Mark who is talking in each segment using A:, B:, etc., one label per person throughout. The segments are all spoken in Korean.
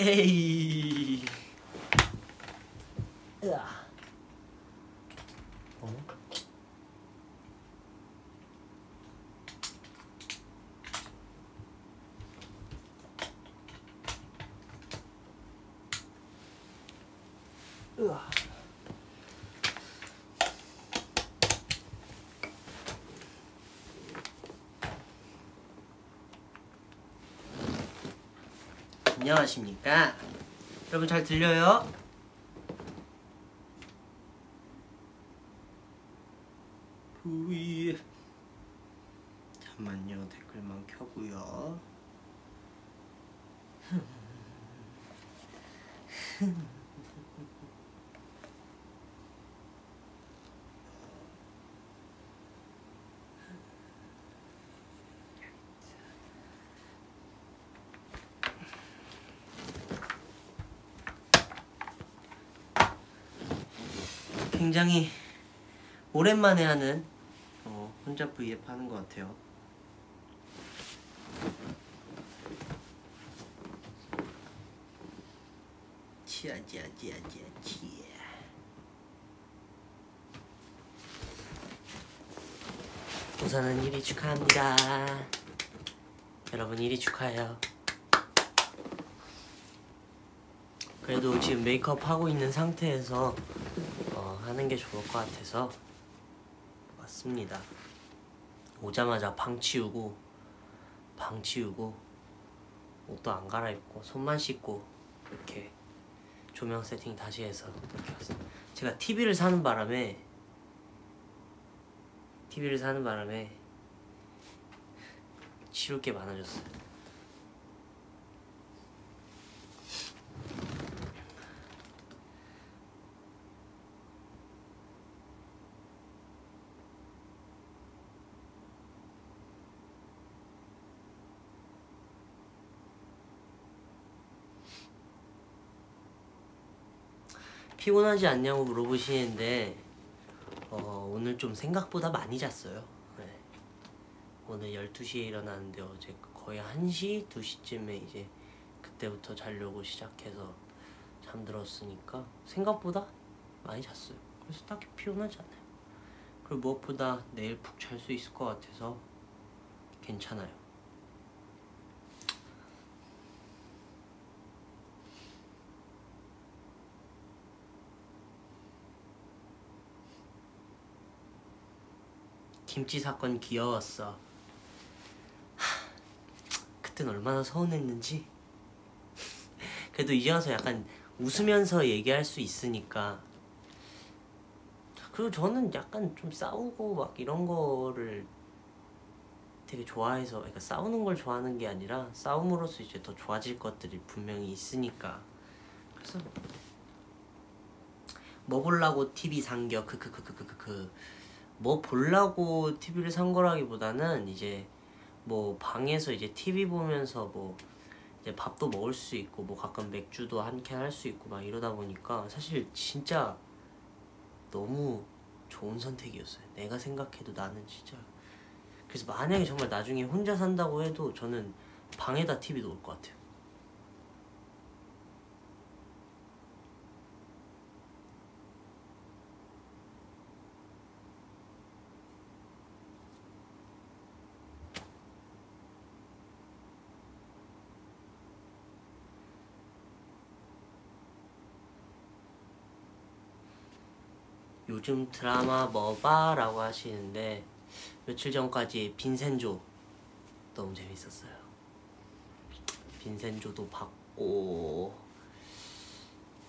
A: 에이. 안녕하십니까? 여러분 잘 들려요? 부위 잠만요 댓글만 켜고요. 굉장히 오랜만에 하는 어, 혼자 브이앱 하는 것 같아요. 치아치아치아치아치. 우선은 1위 축하합니다. 여러분 1위 축하해요. 그래도 지금 메이크업 하고 있는 상태에서 어, 하는 게 좋을 것 같아서 왔습니다. 오자마자 방 치우고 방 치우고 옷도 안 갈아입고 손만 씻고 이렇게 조명 세팅 다시 해서 이렇게 왔어요. 제가 TV를 사는 바람에 TV를 사는 바람에 치울 게 많아졌어요. 피곤하지 않냐고 물어보시는데 어, 오늘 좀 생각보다 많이 잤어요. 네. 오늘 12시에 일어났는데 어제 거의 1시, 2시쯤에 이제 그때부터 자려고 시작해서 잠들었으니까 생각보다 많이 잤어요. 그래서 딱히 피곤하지 않아요. 그리고 무엇보다 내일 푹 잘 수 있을 것 같아서 괜찮아요. 김치 사건 귀여웠어. 하, 그땐 얼마나 서운했는지. 그래도 이제 와서 약간 웃으면서 얘기할 수 있으니까. 그리고 저는 약간 좀 싸우고 막 이런 거를 되게 좋아해서, 그러니까 싸우는 걸 좋아하는 게 아니라 싸움으로써 이제 더 좋아질 것들이 분명히 있으니까. 그래서 먹으려고 TV 상겨 그, 크크크크크크 뭐 보려고 TV를 산 거라기보다는 이제 뭐 방에서 이제 TV 보면서 뭐 이제 밥도 먹을 수 있고 뭐 가끔 맥주도 한 캔 할 수 있고 막 이러다 보니까 사실 진짜 너무 좋은 선택이었어요. 내가 생각해도 나는 진짜 그래서 만약에 정말 나중에 혼자 산다고 해도 저는 방에다 TV 놓을 것 같아요. 요즘 드라마 뭐 봐라고 하시는데 며칠 전까지 빈센조 너무 재밌었어요. 빈센조도 봤고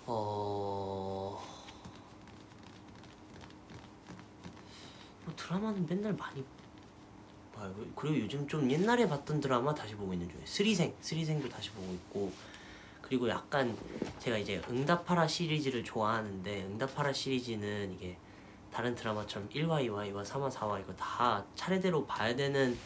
A: 어. 뭐 드라마는 맨날 많이 봐요. 그리고 요즘 좀 옛날에 봤던 드라마 다시 보고 있는 중이에요. 스리생, 스리생도 다시 보고 있고 그리고 약간 제가 이제 응답하라 시리즈를 좋아하는데 응답하라 시리즈는 이게 다른 드라마처럼 1화, 2화, 2화, 3화, 4화 이거 다 차례대로 봐야 되는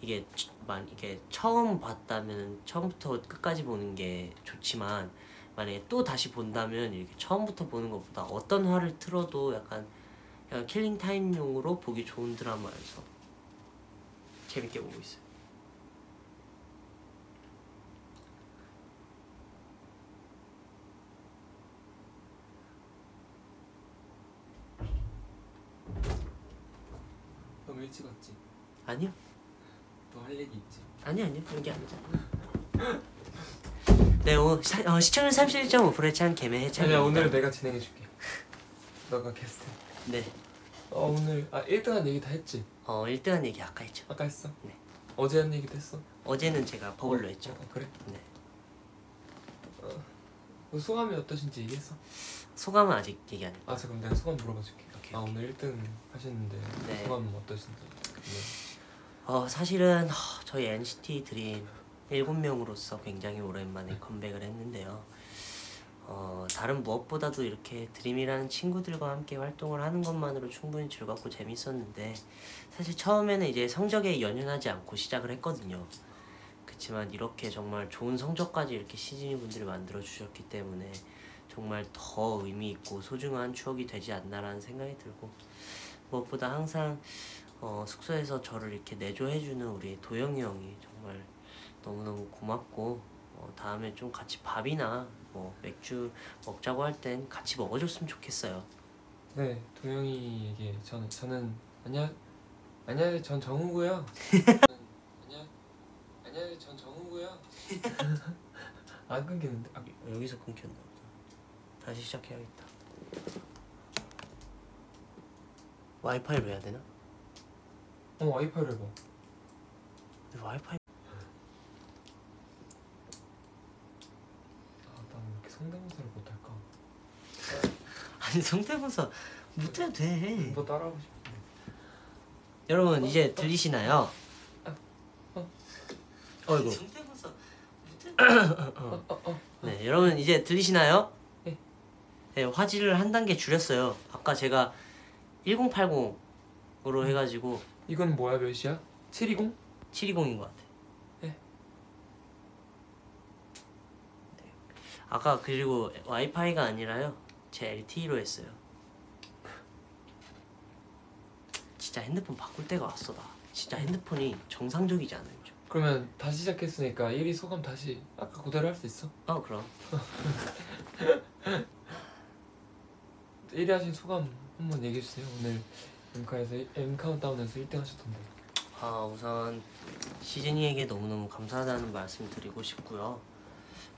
A: 이게 처- 만 이게 처음 봤다면 처음부터 끝까지 보는 게 좋지만 만약에 또 다시 본다면 이렇게 처음부터 보는 것보다 어떤 화를 틀어도 약간 약간 킬링 타임용으로 보기 좋은 드라마여서 재밌게 보고 있어요.
B: 왜 찍었지?
A: 아니요
B: 또 할 얘기 있지?
A: 아니요 아니요 여기 앉아 네 오, 사, 어, 시청률 31.5%의 찬 개매 해찬
C: 찬이야 네, 오늘 내가 진행해줄게 너가 게스트
A: 네
C: 어 오늘 아 1등한 얘기 다 했지?
A: 어, 1등한 얘기 아까 했죠
C: 아까 했어?
A: 네.
C: 어제 한 얘기도 했어?
A: 어제는 제가 버블로 했죠
C: 어, 그래?
A: 네.
C: 그 소감이 어떠신지 얘기했어?
A: 소감은 아직 얘기 안 했고
C: 아 잠깐 내가 소감 물어봐줄게
A: 오케이,
C: 아
A: 오케이.
C: 오늘 1등 하셨는데
A: 네.
C: 소감은 어떠신지 네.
A: 어, 사실은 하, 저희 NCT 드림 7명으로서 굉장히 오랜만에 컴백을 했는데요. 어, 다른 무엇보다도 이렇게 드림이라는 친구들과 함께 활동을 하는 것만으로 충분히 즐겁고 재밌었는데 사실 처음에는 이제 성적에 연연하지 않고 시작을 했거든요. 그렇지만 이렇게 정말 좋은 성적까지 이렇게 시즈니 분들이 만들어 주셨기 때문에 정말 더 의미 있고 소중한 추억이 되지 않나라는 생각이 들고 무엇보다 항상 어, 숙소에서 저를 이렇게 내조해주는 우리 도영이 형이 정말 너무너무 고맙고 어, 다음에 좀 같이 밥이나 뭐 맥주 먹자고 할 땐 같이 먹어줬으면 좋겠어요.
C: 네 동영이에게 저는 저는 안녕 안녕 전 정우고요 안녕 안녕 전 정우고요 안 끊기는데 아,
A: 어, 여기서 끊겼나 보다. 다시 시작해야겠다. 와이파이로 해야 되나?
C: 어 와이파이로 해봐
A: 근데 와이파이
C: 아난 이렇게 성대모사를 못할까
A: 아니 성대모사 못해도 돼.
C: 뭐 따라하고 싶어
A: 여러분 이제 들리시나요? 어이구. 네, 여러분 이제 들리시나요?
C: 네.
A: 네, 화질을 한 단계 줄였어요. 아까 제가 1080으로 해가지고
C: 이건 뭐야 몇 시야? 720?
A: 720인 것 같아.
C: 네.
A: 네. 아까 그리고 와이파이가 아니라요. 제 LTE로 했어요. 진짜 핸드폰 바꿀 때가 왔어 나. 진짜 핸드폰이 정상적이지 않아요. 요즘.
C: 그러면 다시 시작했으니까 1위 소감 다시 아까 그대로 할 수 있어?
A: 어 그럼.
C: 1위 하신 소감 한번 얘기해 주세요. 오늘 엠카에서 M 카운트다운에서 1등 하셨던데.
A: 아 우선 시즈니에게 너무너무 감사하다는 말씀 드리고 싶고요.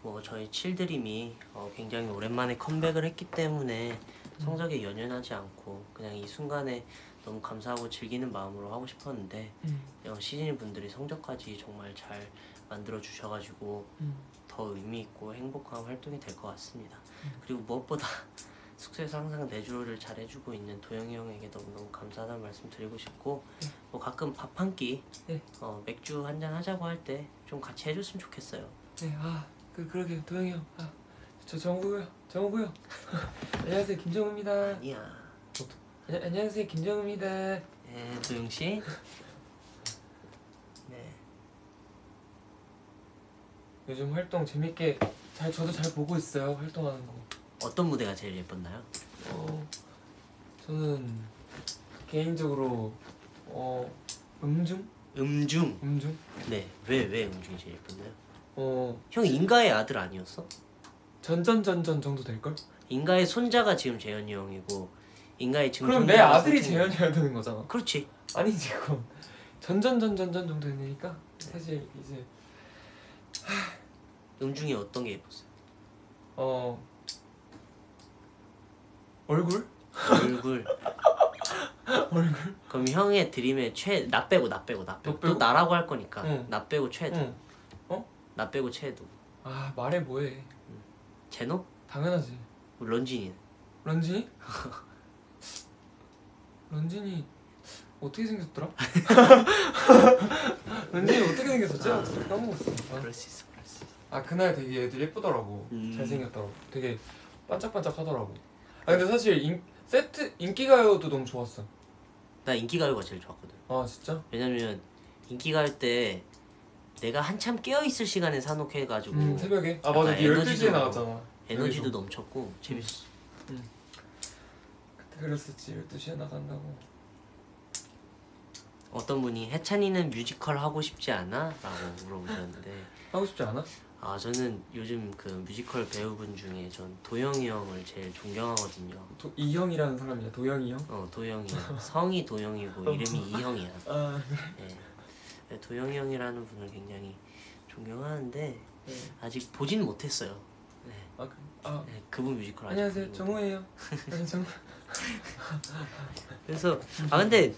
A: 뭐 저희 칠드림이 어, 굉장히 오랜만에 컴백을 했기 때문에 성적에 연연하지 않고 그냥 이 순간에 너무 감사하고 즐기는 마음으로 하고 싶었는데
C: 음.
A: 어, 시즈니 분들이 성적까지 정말 잘 만들어 주셔가지고 더 의미 있고 행복한 활동이 될 것 같습니다. 그리고 무엇보다 숙소에서 항상 내조를 잘 해주고 있는 도영이 형에게 너무너무 감사하다는 말씀 드리고 싶고 뭐 가끔 밥 한 끼,
C: 네.
A: 어, 맥주 한 잔 하자고 할 때 좀 같이 해줬으면 좋겠어요.
C: 네, 아, 그 그러게요. 도영이 형. 아, 저 정우고요. 정우고요. 안녕하세요. 김정우입니다.
A: 아니야.
C: 안녕- 안녕하세요. 김정우입니다.
A: 네, 도영 씨. 네.
C: 요즘 활동 재밌게 잘 저도 잘 보고 있어요. 활동하는 거.
A: 어떤 무대가 제일 예뻤나요?
C: 어, 저는 개인적으로 어 음중
A: 음중.
C: 음중
A: 네. 왜 왜 음중이 제일 예뻤나요?
C: 어
A: 형 인가의 아들 아니었어?
C: 전전전전 정도 될 걸?
A: 인가의 손자가 지금 재현이 형이고 인가의 지금
C: 그럼 내
A: 손자가
C: 아들이
A: 선생님.
C: 재현이어야 되는 거잖아.
A: 그렇지.
C: 아니 지금 전전전전전 정도 되니까 사실 이제
A: 음중에 어떤 게 예뻤어요?
C: 어 얼굴
A: 얼굴. 얼굴. 그럼 형의 드림의 최, 나 빼고 나 빼고 나 빼고
C: 너 빼고?
A: 또 나라고 할 거니까
C: 응.
A: 나 빼고 최애도
C: 응.
A: 나 빼고 최애도
C: 아 말해 뭐해
A: 제노 뭐
C: 당연하지
A: 런쥔이
C: 어. 런쥔이 런쥔이 어떻게 생겼더라 런쥔이 어떻게 생겼었지 아, 진짜 까먹었어 아,
A: 그럴 수 있어 그럴 수 있어
C: 아 그날 되게 애들 예쁘더라고
A: 음.
C: 잘생겼더라고 되게 반짝반짝하더라고 아 근데 사실 인, 세트 인기가요도 너무 좋았어
A: 나 인기가요가 제일 좋았거든
C: 아 진짜
A: 왜냐면 인기가요 때 내가 한참 깨어 있을 시간에 산옥해 가지고
C: 음, 새벽에 아
A: 약간
C: 맞아 네 12시에
A: 에너지도-
C: 나갔잖아
A: 에너지도 넘쳤고 재밌었어
C: 그때 그랬었지 12시에 나간다고
A: 어떤 분이 해찬이는 뮤지컬 하고 싶지 않아? 라고 물어보셨는데
C: 하고 싶지 않아?
A: 아 저는 요즘 그 뮤지컬 배우분 중에 전 도영이 형을 제일 존경하거든요.
C: 도, 이형이라는 사람이야 도영이 형?
A: 어 도영이 형. 성이
C: 음.
A: 도영이고 이름이 이형이야.
C: 아
A: 예. 네, 도영이 형이라는 분을 굉장히 존경하는데 아직 보진 못했어요. 네,
C: 아, 그- 네. 아
A: 네, 그분 뮤지컬 아직
C: 안녕하세요
A: 보진
C: 정우예요 아니, 정우
A: 그래서 아 근데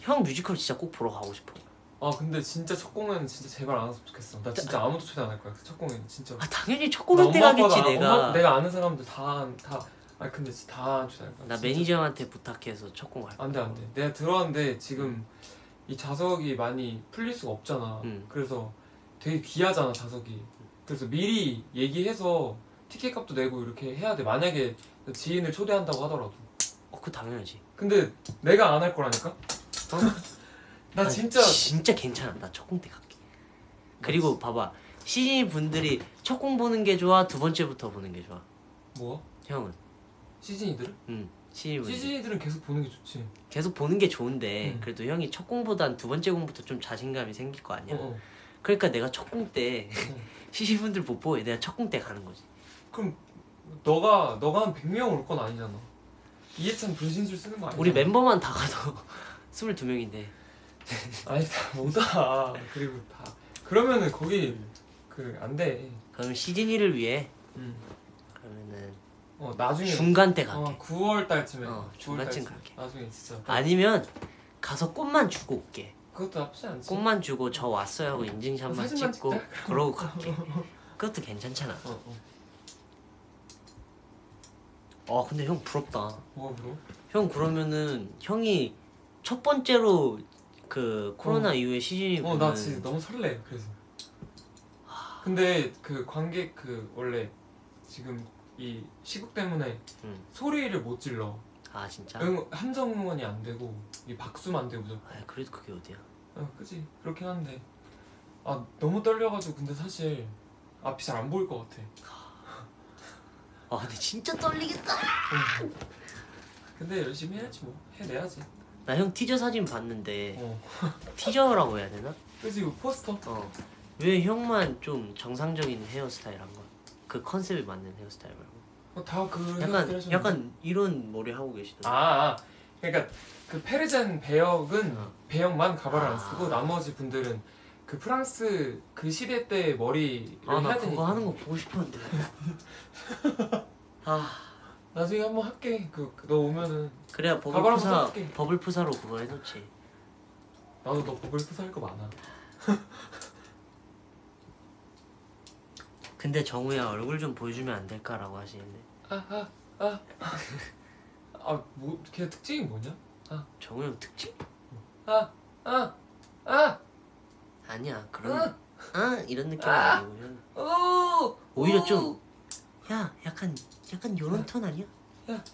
A: 형 뮤지컬 진짜 꼭 보러 가고 싶어.
C: 아 근데 진짜 첫 공연 진짜 제발 안 왔으면 좋겠어 나 진짜 아무도 초대 안 할 거야 그 첫 공연 진짜
A: 아 당연히 첫
C: 나
A: 공연 때
C: 엄마, 아빠가-
A: 가겠지 내가.
C: 엄마, 내가 아는 사람들 다다아 근데 진짜 다 초대 안 할 거야
A: 나
C: 진짜.
A: 매니저한테 부탁해서 첫 공할 거야.
C: 안돼 안돼 내가 들어왔는데 지금 이 자석이 많이 풀릴 수가 없잖아
A: 음.
C: 그래서 되게 귀하잖아 자석이 그래서 미리 얘기해서 티켓 값도 내고 이렇게 해야 돼 만약에 지인을 초대한다고 하더라도
A: 어, 그 당연하지.
C: 근데 내가 안 할 거라니까 어? 나
A: 아니,
C: 진짜
A: 진짜 괜찮아. 나 첫 공 때 갈게. 그리고 봐봐. 시즌 분들이 첫 공 보는 게 좋아. 두 번째부터 보는 게 좋아.
C: 뭐
A: 형은.
C: 시즌이들은
A: 음. 시즌 분들.
C: 시즌이들은 계속 보는 게 좋지
A: 계속 보는 게 좋은데
C: 음.
A: 그래도 형이 첫 공보단 두 번째 공부터 좀 자신감이 생길 거
C: 어,
A: 아니야.
C: 어.
A: 그러니까 내가 첫 공 때
C: 음.
A: 시즌 분들 못 보고 내가 첫 공 때 가는 거지.
C: 그럼 너가 너가 한 100명 올 건 아니잖아 이해찬 분신술 쓰는 거 뭐, 아니야
A: 우리 멤버만 다 가도 22명인데.
C: 아니 다 못와 그리고 다 그러면은 거기 그 안돼
A: 그럼 시즌이를 위해
C: 음.
A: 그러면은
C: 어 나중에
A: 중간 때 갈게.
C: 어, 9월 달쯤에
A: 어,
C: 9월
A: 중간쯤
C: 달쯤
A: 갈게.
C: 나중에 진짜
A: 아니면 가서 꽃만 주고 올게.
C: 그것도 나쁘지 않지
A: 꽃만 주고 저 왔어요 하고 인증샷만
C: 사진만
A: 찍고 그러고 갈게. 그것도 괜찮잖아.
C: 어, 어.
A: 아 근데 형 부럽다.
C: 뭐가 물어?
A: 형 그러면은 형이 첫 번째로 그 코로나 이후에 시즌이
C: 어 나 진짜 너무 설레 그래서 근데 그 관객 그 원래 지금 이 시국 때문에
A: 음.
C: 소리를 못 질러
A: 아 진짜?
C: 응, 함정 응원이 안 되고 이 박수만 되고 무조건
A: 아 그래도 그게 어디야?
C: 어, 그치 그렇긴 한데 아 너무 떨려가지고 근데 사실 앞이 잘 안 보일 것 같아
A: 아 근데 진짜 떨리겠다.
C: 근데 열심히 해야지 뭐 해내야지
A: 나 형 티저 사진 봤는데
C: 어
A: 티저라고 해야 되나?
C: 그치 이거 포스터
A: 어. 왜 형만 좀 정상적인 헤어스타일 한 거야? 그 컨셉에 맞는 헤어스타일 말고.
C: 어, 다그
A: 약간 약간 이런 머리 하고 계시던데.
C: 아, 아 그러니까 그 페르젠 배역은
A: 어.
C: 배역만 가발을 안 쓰고
A: 아.
C: 나머지 분들은 그 프랑스 그 시대 때 머리를
A: 아 나
C: 해야
A: 그거
C: 되니까
A: 하는 거 보고 싶었는데. 아
C: 나중에 한번 할게 그 너 오면은
A: 그래야
C: 가발 한번
A: 버블프사
C: 써줄게.
A: 버블프사로 그거 해놓지.
C: 나도 너 버블 푸사할 거 많아
A: 근데 정우야 얼굴 좀 보여주면 안 될까라고 하시는데
C: 아뭐 걔 특징이 뭐냐
A: 정우 형 특징?
C: 아, 아아아오
A: 아니야 그런 아 이런 느낌은 아니고요. 오히려 좀 야 약간 약간 요런 톤 아니야?
C: 야야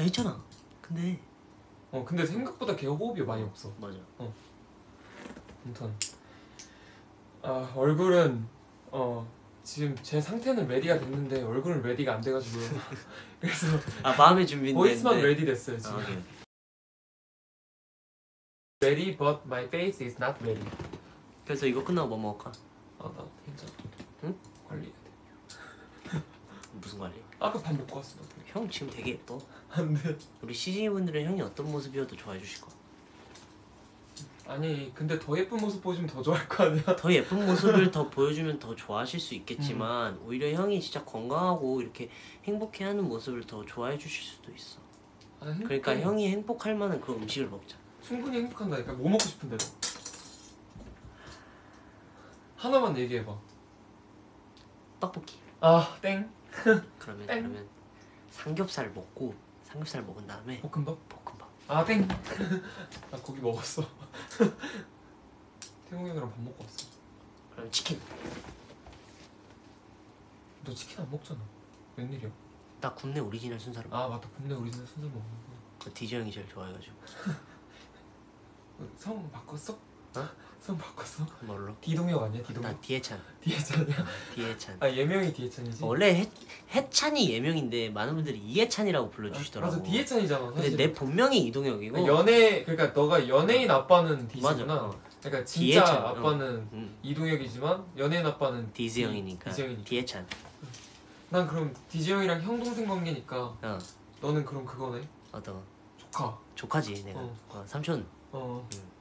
A: 야 있잖아. 근데
C: 어 근데 생각보다 걔 호흡이 많이 없어
A: 맞아.
C: 아무튼 아 얼굴은 어 지금 제 상태는 레디가 됐는데 얼굴은 레디가 안 돼가지고요. 그래서
A: 아 마음의 준비인데.
C: 보이스만 레디 됐어요 지금.
A: 아, 오케이.
C: Ready but my face is not ready. 어,
A: 그래서 이거 끝나고 뭐 먹을까?
C: 아나 괜찮아.
A: 응?
C: 관리해야 돼.
A: 무슨 관리?
C: 아까 아, 밥 먹고 왔어. 나.
A: 형 지금 되게 예뻐.
C: 안돼.
A: 우리 시즌이 분들은 형이 어떤 모습이어도 좋아해 주실 거야.
C: 아니 근데 더 예쁜 모습 보여주면 더 좋아할 거 아니야.
A: 그러니까 더 예쁜 모습을 더 보여주면 더 좋아하실 수 있겠지만
C: 음.
A: 오히려 형이 진짜 건강하고 이렇게 행복해하는 모습을 더 좋아해 주실 수도 있어.
C: 아, 행복해.
A: 그러니까 형이 행복할 만한 그런 음식을 먹자.
C: 충분히 행복한다니까. 뭐 먹고 싶은 대로. 하나만 얘기해봐.
A: 떡볶이.
C: 아 땡.
A: 그러면
C: 땡.
A: 그러면 삼겹살 먹고 삼겹살 먹은 다음에
C: 볶음밥.
A: 볶음밥.
C: 아 땡. 나 고기 먹었어. 태웅이 형이랑 밥 먹고 왔어.
A: 그럼 치킨.
C: 너 치킨 안 먹잖아. 웬일이야?
A: 나 국내 오리지널 순살로. 먹어.
C: 아 맞다. 국내 우리나라 순살 먹는 거.
A: 그 디저 형이 제일 좋아해가지고.
C: 어, 성 바꿨어?
A: 어?
C: 손 바꿨어?
A: 뭘로?
C: 디동혁 아니야? 디동혁
A: 난 디해찬.
C: 디해찬이야?
A: 디해찬.
C: 아 예명이 디해찬이지?
A: 원래 해, 해찬이 예명인데 많은 분들이 이해찬이라고 불러주시더라고.
C: 맞아 디해찬이잖아
A: 근데
C: 사실
A: 내 본명이 이동혁이고.
C: 연애 그러니까 너가 연예인 아빠는
A: 맞아.
C: 디지구나
A: 어.
C: 그러니까 진짜
A: 디해찬, 어.
C: 아빠는
A: 음,
C: 이동혁이지만 연예인 아빠는
A: 디즈 형이니까.
C: 디지 형이니까.
A: 디해찬.
C: 난 그럼 디지 형이랑 형 동생 관계니까
A: 어.
C: 너는 그럼 그거네
A: 어떤
C: 조카
A: 조카지 내가.
C: 어.
A: 어, 삼촌.
C: 어
A: 음.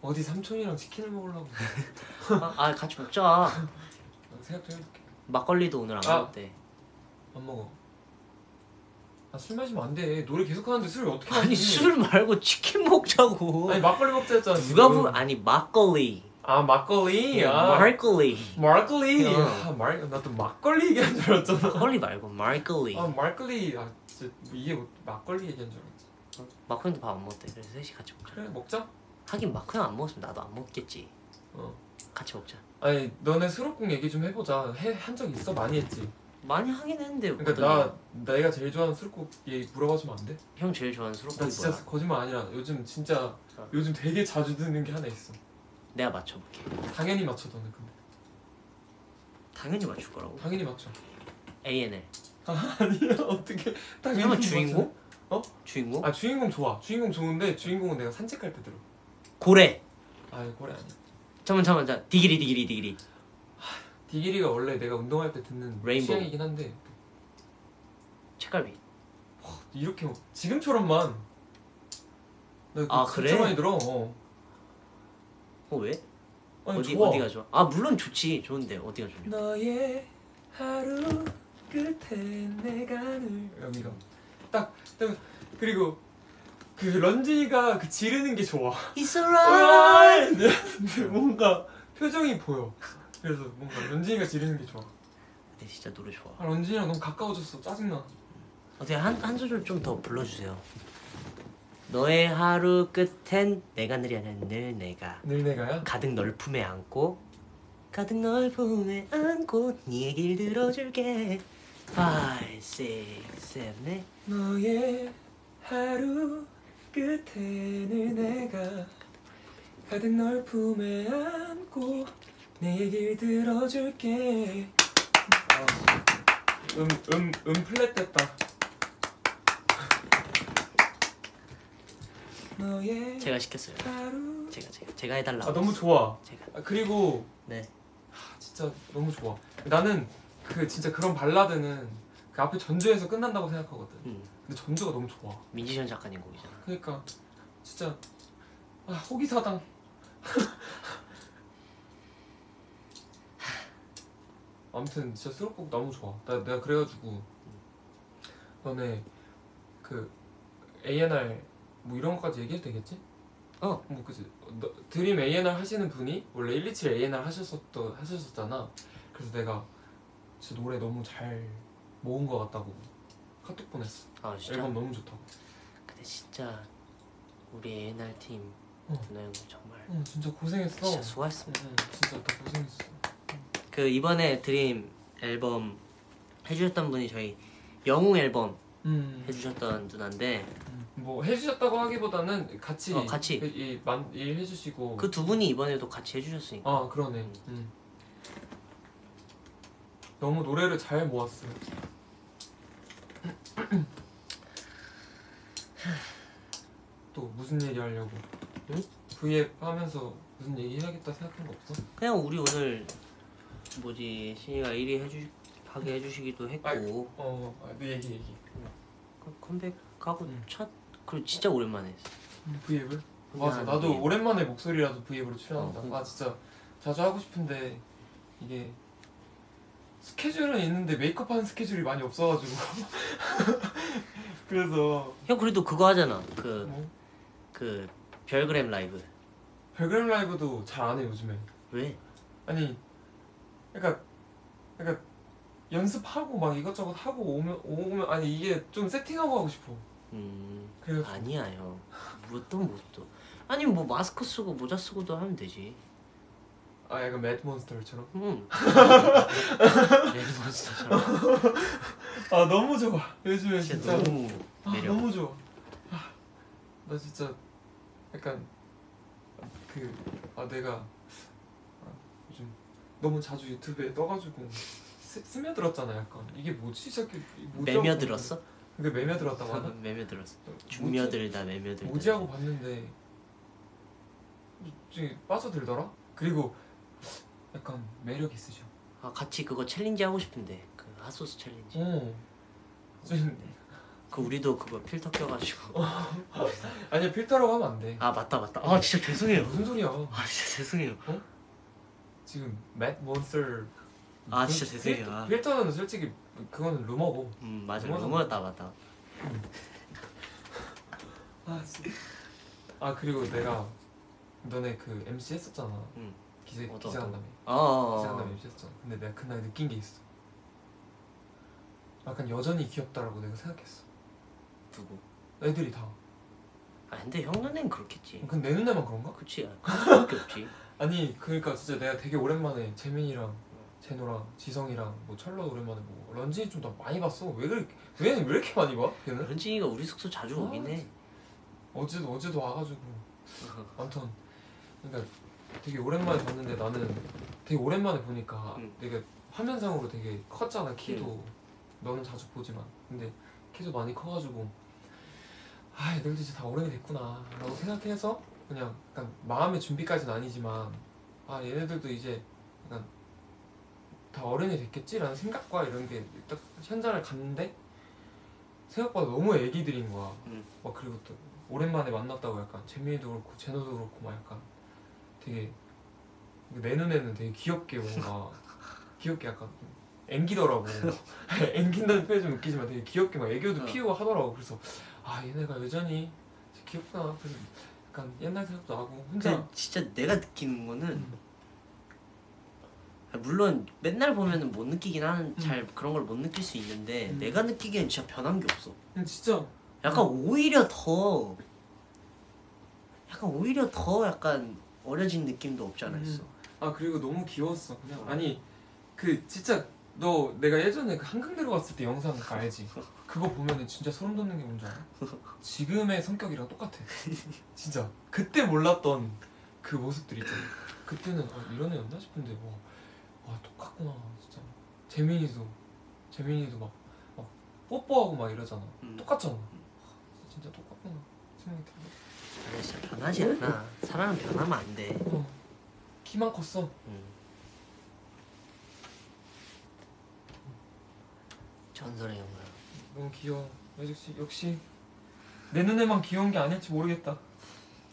C: 어디 삼촌이랑 치킨을 먹으려고
A: 아, 아, 같이 먹자.
C: 생각 좀 해볼게
A: 막걸리도 오늘 안
C: 아.
A: 먹었대.
C: 안 먹어 아 술 마시면 안돼 노래 계속 하는데 술을 어떻게
A: 아니
C: 마시니?
A: 술 말고 치킨 먹자고.
C: 아니 막걸리 먹자 했잖아
A: 누가 뭐-
C: 지금.
A: 보면 아니 막걸리.
C: 아 막걸리 아
A: 마걸리.
C: 막걸리
A: 어.
C: 아말나또 막걸리 얘기한 줄 알았잖아
A: 막걸리 말고 마걸리.
C: 아 막걸리 아 진짜 이게 뭐- 막걸리 얘기한 줄 알았지
A: 마크형도 밥 안 먹었대. 그래서 셋이 같이 먹자.
C: 그래 먹자
A: 하긴 마크형 안 먹었으면 나도 안 먹겠지.
C: 어.
A: 같이 먹자.
C: 아니 너네 수록곡 얘기 좀 해보자 한 적 있어 많이 했지
A: 많이 하긴 했는데.
C: 그러니까
A: 네, 어떤-
C: 나 내가 제일 좋아하는 수록곡 얘기 물어봐주면 안 돼?
A: 형 제일 좋아하는 수록곡이
C: 나 진짜
A: 뭐야?
C: 거짓말 아니라 요즘 진짜
A: 어.
C: 요즘 되게 자주 듣는 게 하나 있어
A: 내가 맞춰볼게.
C: 당연히 맞춰 너는 근데
A: 당연히 맞출 거라고.
C: 당연히 맞춰
A: A&L.
C: 아니야 어떻게 당연히
A: 설마
C: 맞춰.
A: 주인공?
C: 어?
A: 주인공?
C: 아 주인공 좋아 주인공 좋은데 주인공은 내가 산책할 때 들어
A: 고래.
C: 아 이거 고래 아니야
A: 잠만 잠만 잠. 디기리 디기리 디기리.
C: 디기리가 원래 내가 운동할 때 듣는
A: 레인보우.
C: 취향이긴 한데
A: 책갈비.
C: 이렇게 막 지금처럼만 나
A: 아,
C: 진짜
A: 그래?
C: 많이 들어 어.
A: 어 왜?
C: 아니,
A: 어디
C: 좋아.
A: 어디가 좋아? 아 물론 좋지. 좋은데 어디가 좋냐?
C: 너의 하루 끝에 내가 늘 여기가 딱, 딱 그리고 그 런지가 그 지르는 게 좋아
A: It's alright.
C: 근데 뭔가 표정이 보여 그래서 뭔가 런진이가 지르는 게 좋아
A: 근데 네, 진짜 노래 좋아.
C: 아 런진이랑 너무 가까워졌어 짜증나
A: 어떻게 한, 한 소절 좀 더 불러주세요. 너의 하루 끝엔 내가 늘이 아니라 늘 내가
C: 늘 내가야?
A: 가득 널 품에 안고 가득 널 품에 안고 네 얘기를 들어줄게 5, 6, 7, 8
C: 너의 하루 끝에는 내가 가득 널 품에 안고 내 얘기를 들어줄게 아, 음, 음, 음 플랫 됐다 너의
A: 제가 시켰어요
C: 하루
A: 제가 제가 제가 해달라고
C: 아 너무 좋아
A: 제가
C: 아, 그리고
A: 네
C: 아, 진짜 너무 좋아 나는 그 진짜 그런 발라드는 그 앞에 전주에서 끝난다고 생각하거든
A: 음,
C: 근데 전주가 너무 좋아
A: 민지션 작가님 곡이잖아
C: 그러니까 진짜 아 호기사당 아무튼 진짜 수록곡 너무 좋아 나 내가 그래가지고 너네 그 A&R 뭐 이런 것까지 얘기해도 되겠지?
A: 어.
C: 뭐 그지 너, 드림 A&R 하시는 분이 원래 127 A&R 하셨었던 하셨었잖아 그래서 내가 진짜 노래 너무 잘 모은 것 같다고 카톡 보냈어
A: 아 진짜
C: 앨범 너무 좋다고
A: 근데 진짜 우리 A&R 팀
C: 어.
A: 누나 형 정말
C: 어 진짜 고생했어
A: 진짜 수고했어
C: 응, 네, 진짜 다 고생했어.
A: 그 이번에 드림 앨범 해주셨던 분이 저희 영웅 앨범
C: 음.
A: 해주셨던 누나인데
C: 뭐 해주셨다고 하기보다는 같이 그
A: 어, 같이.
C: 이, 이, 만, 일 해주시고
A: 그 두 분이 이번에도 같이 해주셨으니까
C: 아 그러네. 음. 너무 노래를 잘 모았어. 또 무슨 얘기 하려고?
A: 응?
C: V앱 하면서 무슨 얘기 해야겠다 생각한 거 없어?
A: 그냥 우리 오늘 뭐지 신이가 1위 해주 하게 해주시기도 했고
C: 어, 아, 네 얘기 얘기.
A: 그 컴백하고
C: 음.
A: 첫 그리고 진짜 오랜만에 했어
C: V앱을? 맞아
A: 그냥
C: 나도
A: 이게
C: 오랜만에 목소리라도 브이앱으로 출연한다
A: 어,
C: 아 진짜 자주 하고 싶은데 이게 스케줄은 있는데 메이크업 하는 스케줄이 많이 없어가지고 그래서
A: 형 그래도 그거 하잖아 그 그
C: 뭐,
A: 별그램 라이브
C: 별그램 라이브도 잘 안 해 요즘에
A: 왜?
C: 아니 그러니까 그러니까 연습하고 막 이것저것 하고 오면 오면 아니 이게 좀 세팅하고 하고 싶어
A: 음
C: 그래서
A: 아니야 형뭐또뭐또 아니면 뭐 마스크 쓰고 모자 쓰고도 하면 되지
C: 아 약간 매드몬스터처럼
A: 음 레드몬스터처럼
C: 아 너무 좋아 요즘에 진짜
A: 너무
C: 아,
A: 매력
C: 너무 좋아. 아, 나 진짜 약간 그 아 내가 아, 요즘 너무 자주 유튜브에 떠가지고 스, 스며들었잖아 약간 이게 뭐지 저게 뭐지? 하고
A: 매며들었어?
C: 근데 매며들었다고 하나?
A: 매며들었어.
C: 뭐지?
A: 중며들다 매며들다.
C: 뭐지 하고 봤는데 저기 빠져들더라? 그리고 약간 매력 있으셔
A: 아 같이 그거 챌린지 하고 싶은데 그 핫소스 챌린지.
C: 어 저기-
A: 그 우리도 그거 필터 껴가지고.
C: 아니야 필터라고 하면 안돼
A: 아 맞다 맞다. 아 진짜 죄송해요.
C: 무슨 소리야
A: 아 진짜 죄송해요.
C: 지금 그 맷 몬스터
A: 아, 진짜 죄송해요. 아.
C: 필터는 솔직히 그거는 루머고
A: 음 맞아
C: 넘어졌네.
A: 루머였다 맞다.
B: 아 진짜
C: 아 그리고 내가 너네 그 MC 했었잖아.
A: 응.
C: 기자
A: 어떤,
C: 기자간담회.
A: 어, 어.
C: 기자간담회
A: 어.
C: MC 했었잖아. 근데 내가 그날 느낀 게 있어. 약간 여전히 귀엽다라고 내가 생각했어.
A: 누구?
C: 애들이 다.
A: 아 근데 형 눈엔 그렇겠지.
C: 근데 내 눈에만 그런가?
A: 그렇지. 그럴 수밖에 없지.
C: 아니 그러니까 진짜 내가 되게 오랜만에 재민이랑 제노랑 지성이랑 뭐 철로 오랜만에 보고 런쥔이 좀 더 많이 봤어. 왜 그렇게 얘는 왜 이렇게 많이 봐? 걔는?
A: 런쥔이가 우리 숙소 자주 오긴 해.
C: 어제도 어제도 와가지고 아무튼 그러니까 되게 오랜만에 봤는데 나는 되게 오랜만에 보니까
A: 응.
C: 내가 화면상으로 되게 컸잖아 키도 너는 자주 보지만 근데 키도 많이 커가지고 아 애들도 이제 다 오래됐구나 라고 생각해서 그냥 약간 마음의 준비까지는 아니지만 아 얘네들도 이제 약간 다 어른이 됐겠지라는 생각과 이런 게 딱 현장을 갔는데 생각보다 너무 애기들인 거야
A: 응.
C: 막 그리고 또 오랜만에 만났다고 약간 재민이도 그렇고 제노도 그렇고 막 약간 되게 내 눈에는 되게 귀엽게 뭔가 귀엽게 약간 좀 앵기더라고 앵긴다는 표현이 좀 웃기지만 되게 귀엽게 막 애교도
A: 어.
C: 피우고 하더라고 그래서 아 얘네가 여전히 귀엽구나 그래서 약간 옛날 생각도 나고 혼자
A: 근데 진짜 내가 느끼는 거는 아, 물론 맨날 보면은 못 느끼긴 하는 잘 그런 걸 못 느낄 수 있는데
C: 음.
A: 내가 느끼기엔 진짜 변한 게 없어.
C: 근데 진짜
A: 약간 오히려 더 약간 오히려 더 약간 어려진 느낌도 없지 않아 있어.
C: 아 그리고 너무 귀여웠어 그냥 아니 그 진짜 너 내가 예전에 그 한강대로 갔을 때 영상 그거 알지? 그거 보면은 진짜 소름 돋는 게 뭔지 알아? 지금의 성격이랑 똑같아 진짜 그때 몰랐던 그 모습들 있잖아 그때는 아, 이런 애였나 싶은데 와, 와 똑같구나 진짜 재민이도 재민이도 막, 막 뽀뽀하고 막 이러잖아
A: 음.
C: 똑같잖아 진짜 똑같구나 생각이 들어
A: 아, 진짜 변하지 않아. 사람은 변하면 안 돼.
C: 어, 키만 컸어
A: 음. 전설의 영화.
C: 너무 귀여워. 역시 역시 내 눈에만 귀여운 게 아닐지 모르겠다.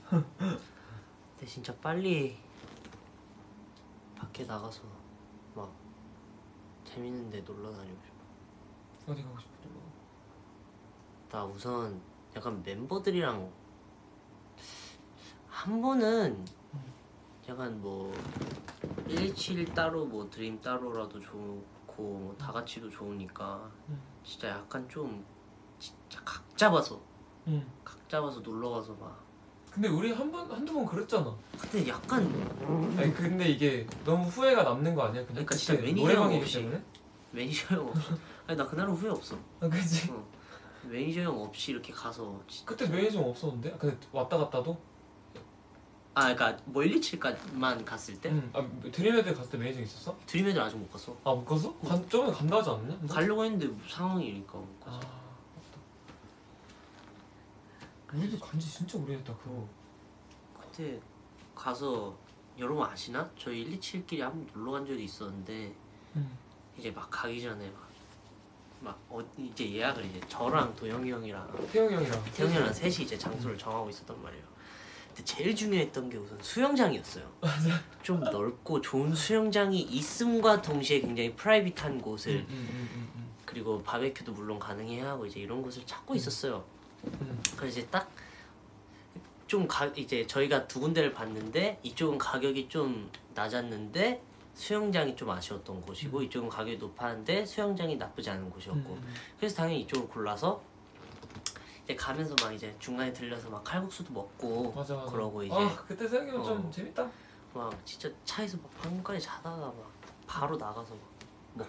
A: 근데 진짜 빨리 밖에 나가서 막 재밌는데 놀러 다니고 싶어.
C: 어디 가고 싶어? 놀러.
A: 나 우선 약간 멤버들이랑 한 번은 약간 뭐 117 따로 뭐 드림 따로라도 좋고 뭐다 같이도 좋으니까
C: 음.
A: 진짜 약간 좀 진짜 각 잡아서
C: 응.
A: 각 잡아서 놀러 가서 막
C: 근데 우리 한번한두번 그랬잖아.
A: 근데 약간
C: 아니 근데 이게 너무 후회가 남는 거 아니야? 그냥
A: 그러니까 진짜
C: 그때
A: 매니저랑
C: 노래방이기
A: 없이.
C: 때문에.
A: 매니저 형 없이 아니 나 그날은 후회 없어
C: 아 그지.
A: 어. 매니저 형 없이 이렇게 가서 진짜
C: 그때 매니저 없었는데? 아, 근데 왔다 갔다도?
A: 아 그러니까 뭐 127까지만 갔을 때
C: 응. 아 드림애들 갔을 때 매니저 있었어?
A: 드림애들 아직 못 갔어
C: 아 못 갔어? 간, 저번에 간다 하지 않았냐? 근데?
A: 가려고 했는데 상황이니까 못
C: 아
A: 갔어
C: 맞다. 우리도 간지 진짜 오래됐다 그거.
A: 그때 가서 여러분 아시나? 저희 127끼리 한번 놀러 간 적이 있었는데
C: 응.
A: 이제 막 가기 전에 막, 막 어, 이제 예약을 이제 저랑 도영이 형이랑
C: 태용이 형이랑.
A: 태영이 형이랑 셋이 이제 장소를 정하고 있었단 말이에요 근데 제일 중요했던 게 우선 수영장이었어요 좀 넓고 좋은 수영장이 있음과 동시에 굉장히 프라이빗한 곳을 음,
C: 응응응응.
A: 그리고 바베큐도 물론 가능해야 하고 이제 이런 곳을 찾고
C: 음.
A: 있었어요.
C: 음.
A: 그래서 이제 딱 좀 이제 저희가 두 군데를 봤는데 이쪽은 가격이 좀 낮았는데 수영장이 좀 아쉬웠던 곳이고 이쪽은 가격이 높았는데 수영장이 나쁘지 않은
C: 음.
A: 곳이었고 그래서 당연히 이쪽을 골라서 이제 가면서 막 이제 중간에 들려서 막 칼국수도 먹고
C: 맞아 맞아.
A: 그러고 이제
C: 아 그때
A: 어.
C: 생각해보면 좀 재밌다.
A: 막 진짜 차에서 막 방금까지 자다가 막 바로 나가서 막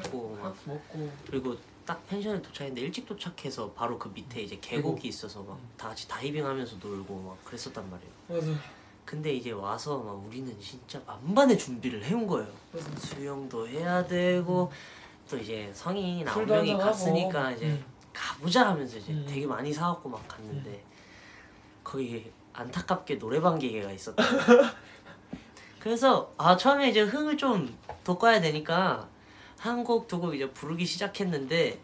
A: 먹고 뭐 막
C: 밥 먹고
A: 그리고 딱 펜션에 도착했는데 일찍 도착해서 바로 그 밑에 이제 계곡이 있어서 막 다 같이 다이빙하면서 놀고 막 그랬었단 말이에요.
C: 맞아
A: 근데 이제 와서 막 우리는 진짜 만반의 준비를 해온 거예요.
C: 그래서
A: 수영도 해야 되고 또 이제 성인 아홉
C: 술도
A: 명이
C: 한잔하고.
A: 갔으니까 이제
C: 음.
A: 가보자 하면서 이제
C: 음.
A: 되게 많이 사갖고 막 갔는데 거기 안타깝게 노래방 기계가 있었다. 그래서 아 처음에 이제 흥을 좀 돋궈야 되니까 한 곡 두 곡 이제 부르기 시작했는데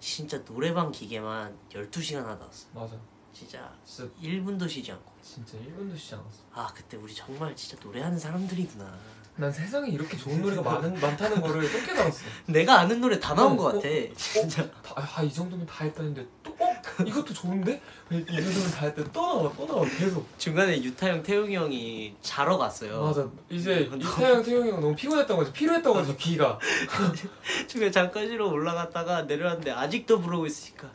A: 진짜 노래방 기계만 12시간 하다 왔어.
C: 맞아
A: 진짜
C: 진짜
A: 1분도 쉬지 않고.
C: 진짜 1분도 쉬지 않았어
A: 아 그때 우리 정말 진짜 노래하는 사람들이구나.
C: 난 세상에 이렇게 좋은 노래가 많은, 많다는 거를 또 깨달았어
A: 내가 아는 노래 다 나온
C: 어,
A: 것 같아.
C: 어,
A: 진짜.
C: 아이 정도면 다 했다는데 또 어? 이것도 좋은데? 이 정도면 다 했다 또 나와 또 나와 계속
A: 중간에 유타 형, 태웅이 형이 자러 갔어요.
C: 맞아 이제
A: 음, 너무-
C: 이태영 태영이 형 너무 피곤했던 거지 피로했던 거지 귀가
A: 중간에 잠깐 쉬러 올라갔다가 내려왔는데 아직도 부르고 있으니까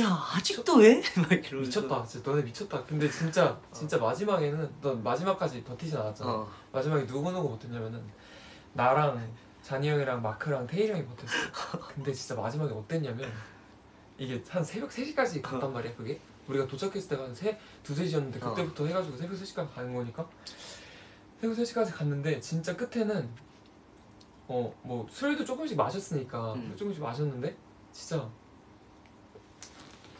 A: 야 아직도 해? 막 이러면서
C: 네. 미쳤다 진짜 너네 미쳤다 근데 진짜 진짜 마지막에는 넌 마지막까지 버티진 않았잖아
A: 어.
C: 마지막에 누구 누구 못했냐면은 나랑 잔이 형이랑 마크랑 태일이 형이 못했어 근데 진짜 마지막에 어땠냐면 이게 한 새벽
A: 어.
C: 3시까지 갔단 말이야 그게 우리가 도착했을 때가 한 3, 2, 3시였는데
A: 어.
C: 그때부터 해가지고 새벽 3시까지 가는 거니까 새벽 3시까지 갔는데 진짜 끝에는 어 뭐 술도 조금씩 마셨으니까
A: 음.
C: 조금씩 마셨는데 진짜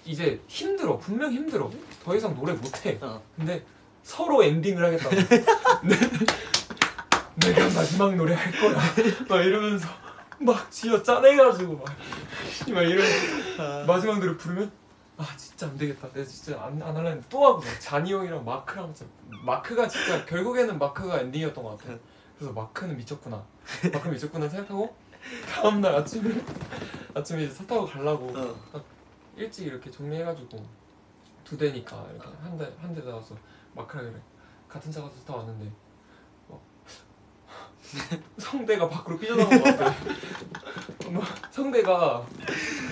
C: 이제 힘들어 분명 힘들어 더 이상 노래 못해
A: 어.
C: 근데 서로 엔딩을 하겠다고. 네. 내- 내가 마지막 노래 할 거야. 막 이러면서 막 지어 짜내가지고 막, 막 이러면서 마지막 노래 부르면 아 진짜 안 되겠다. 내가 진짜 안, 안 하려는데 또 하고 막 잔이 형이랑 마크랑 진짜 마크가 진짜 결국에는 마크가 엔딩이었던 것 같아. 그래서 마크는 미쳤구나. 마크 미쳤구나 생각하고 다음날 아침에 아침에 이제 차 타고 가려고
A: 어.
C: 일찍 이렇게 정리해가지고 두 대니까 이렇게 한 대 한 대 나와서 마크라이를 같은 차 가서 다 왔는데 막 성대가 밖으로 삐져나온 것 같아. 막 성대가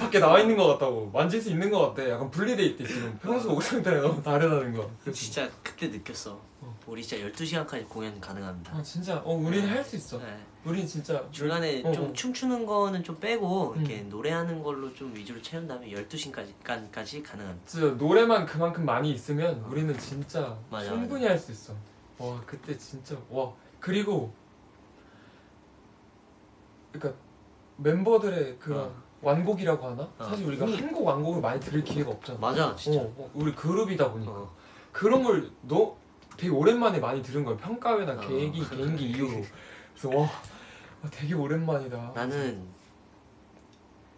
C: 밖에 나와 있는 것 같다고 만질 수 있는 것 같아. 약간 분리돼 있대 지금 평소 옷 상태랑 너무 아. 다르다는 거. 그래서
A: 진짜 그때 느꼈어
C: 어.
A: 우리 진짜 12시간까지 공연 가능합니다
C: 아 진짜 어 우리는 할 수 있어.
A: 네.
C: 우리는 진짜
A: 중간에
C: 어, 음.
A: 좀
C: 어.
A: 춤추는 거는 좀 빼고 이렇게 노래하는 걸로 좀 위주로 채운 다음에 12시간까지 가능합니다
C: 진짜 노래만 그만큼 많이 있으면 우리는 진짜
A: 아, 맞아,
C: 충분히 할 수 있어. 와 그때 진짜 와 그리고 그러니까 멤버들의 그런
A: 어.
C: 완곡이라고 하나?
A: 어.
C: 사실 우리가 한 곡 완곡을 많이 들을 기회가 없잖아.
A: 맞아 진짜
C: 어, 어, 우리 그룹이다 보니까
A: 어.
C: 그런 걸 너 되게 오랜만에 많이 들은 거야. 평가회나
A: 어.
C: 개인기 개인기 이후로. 그래서 와 와, 되게 오랜만이다.
A: 나는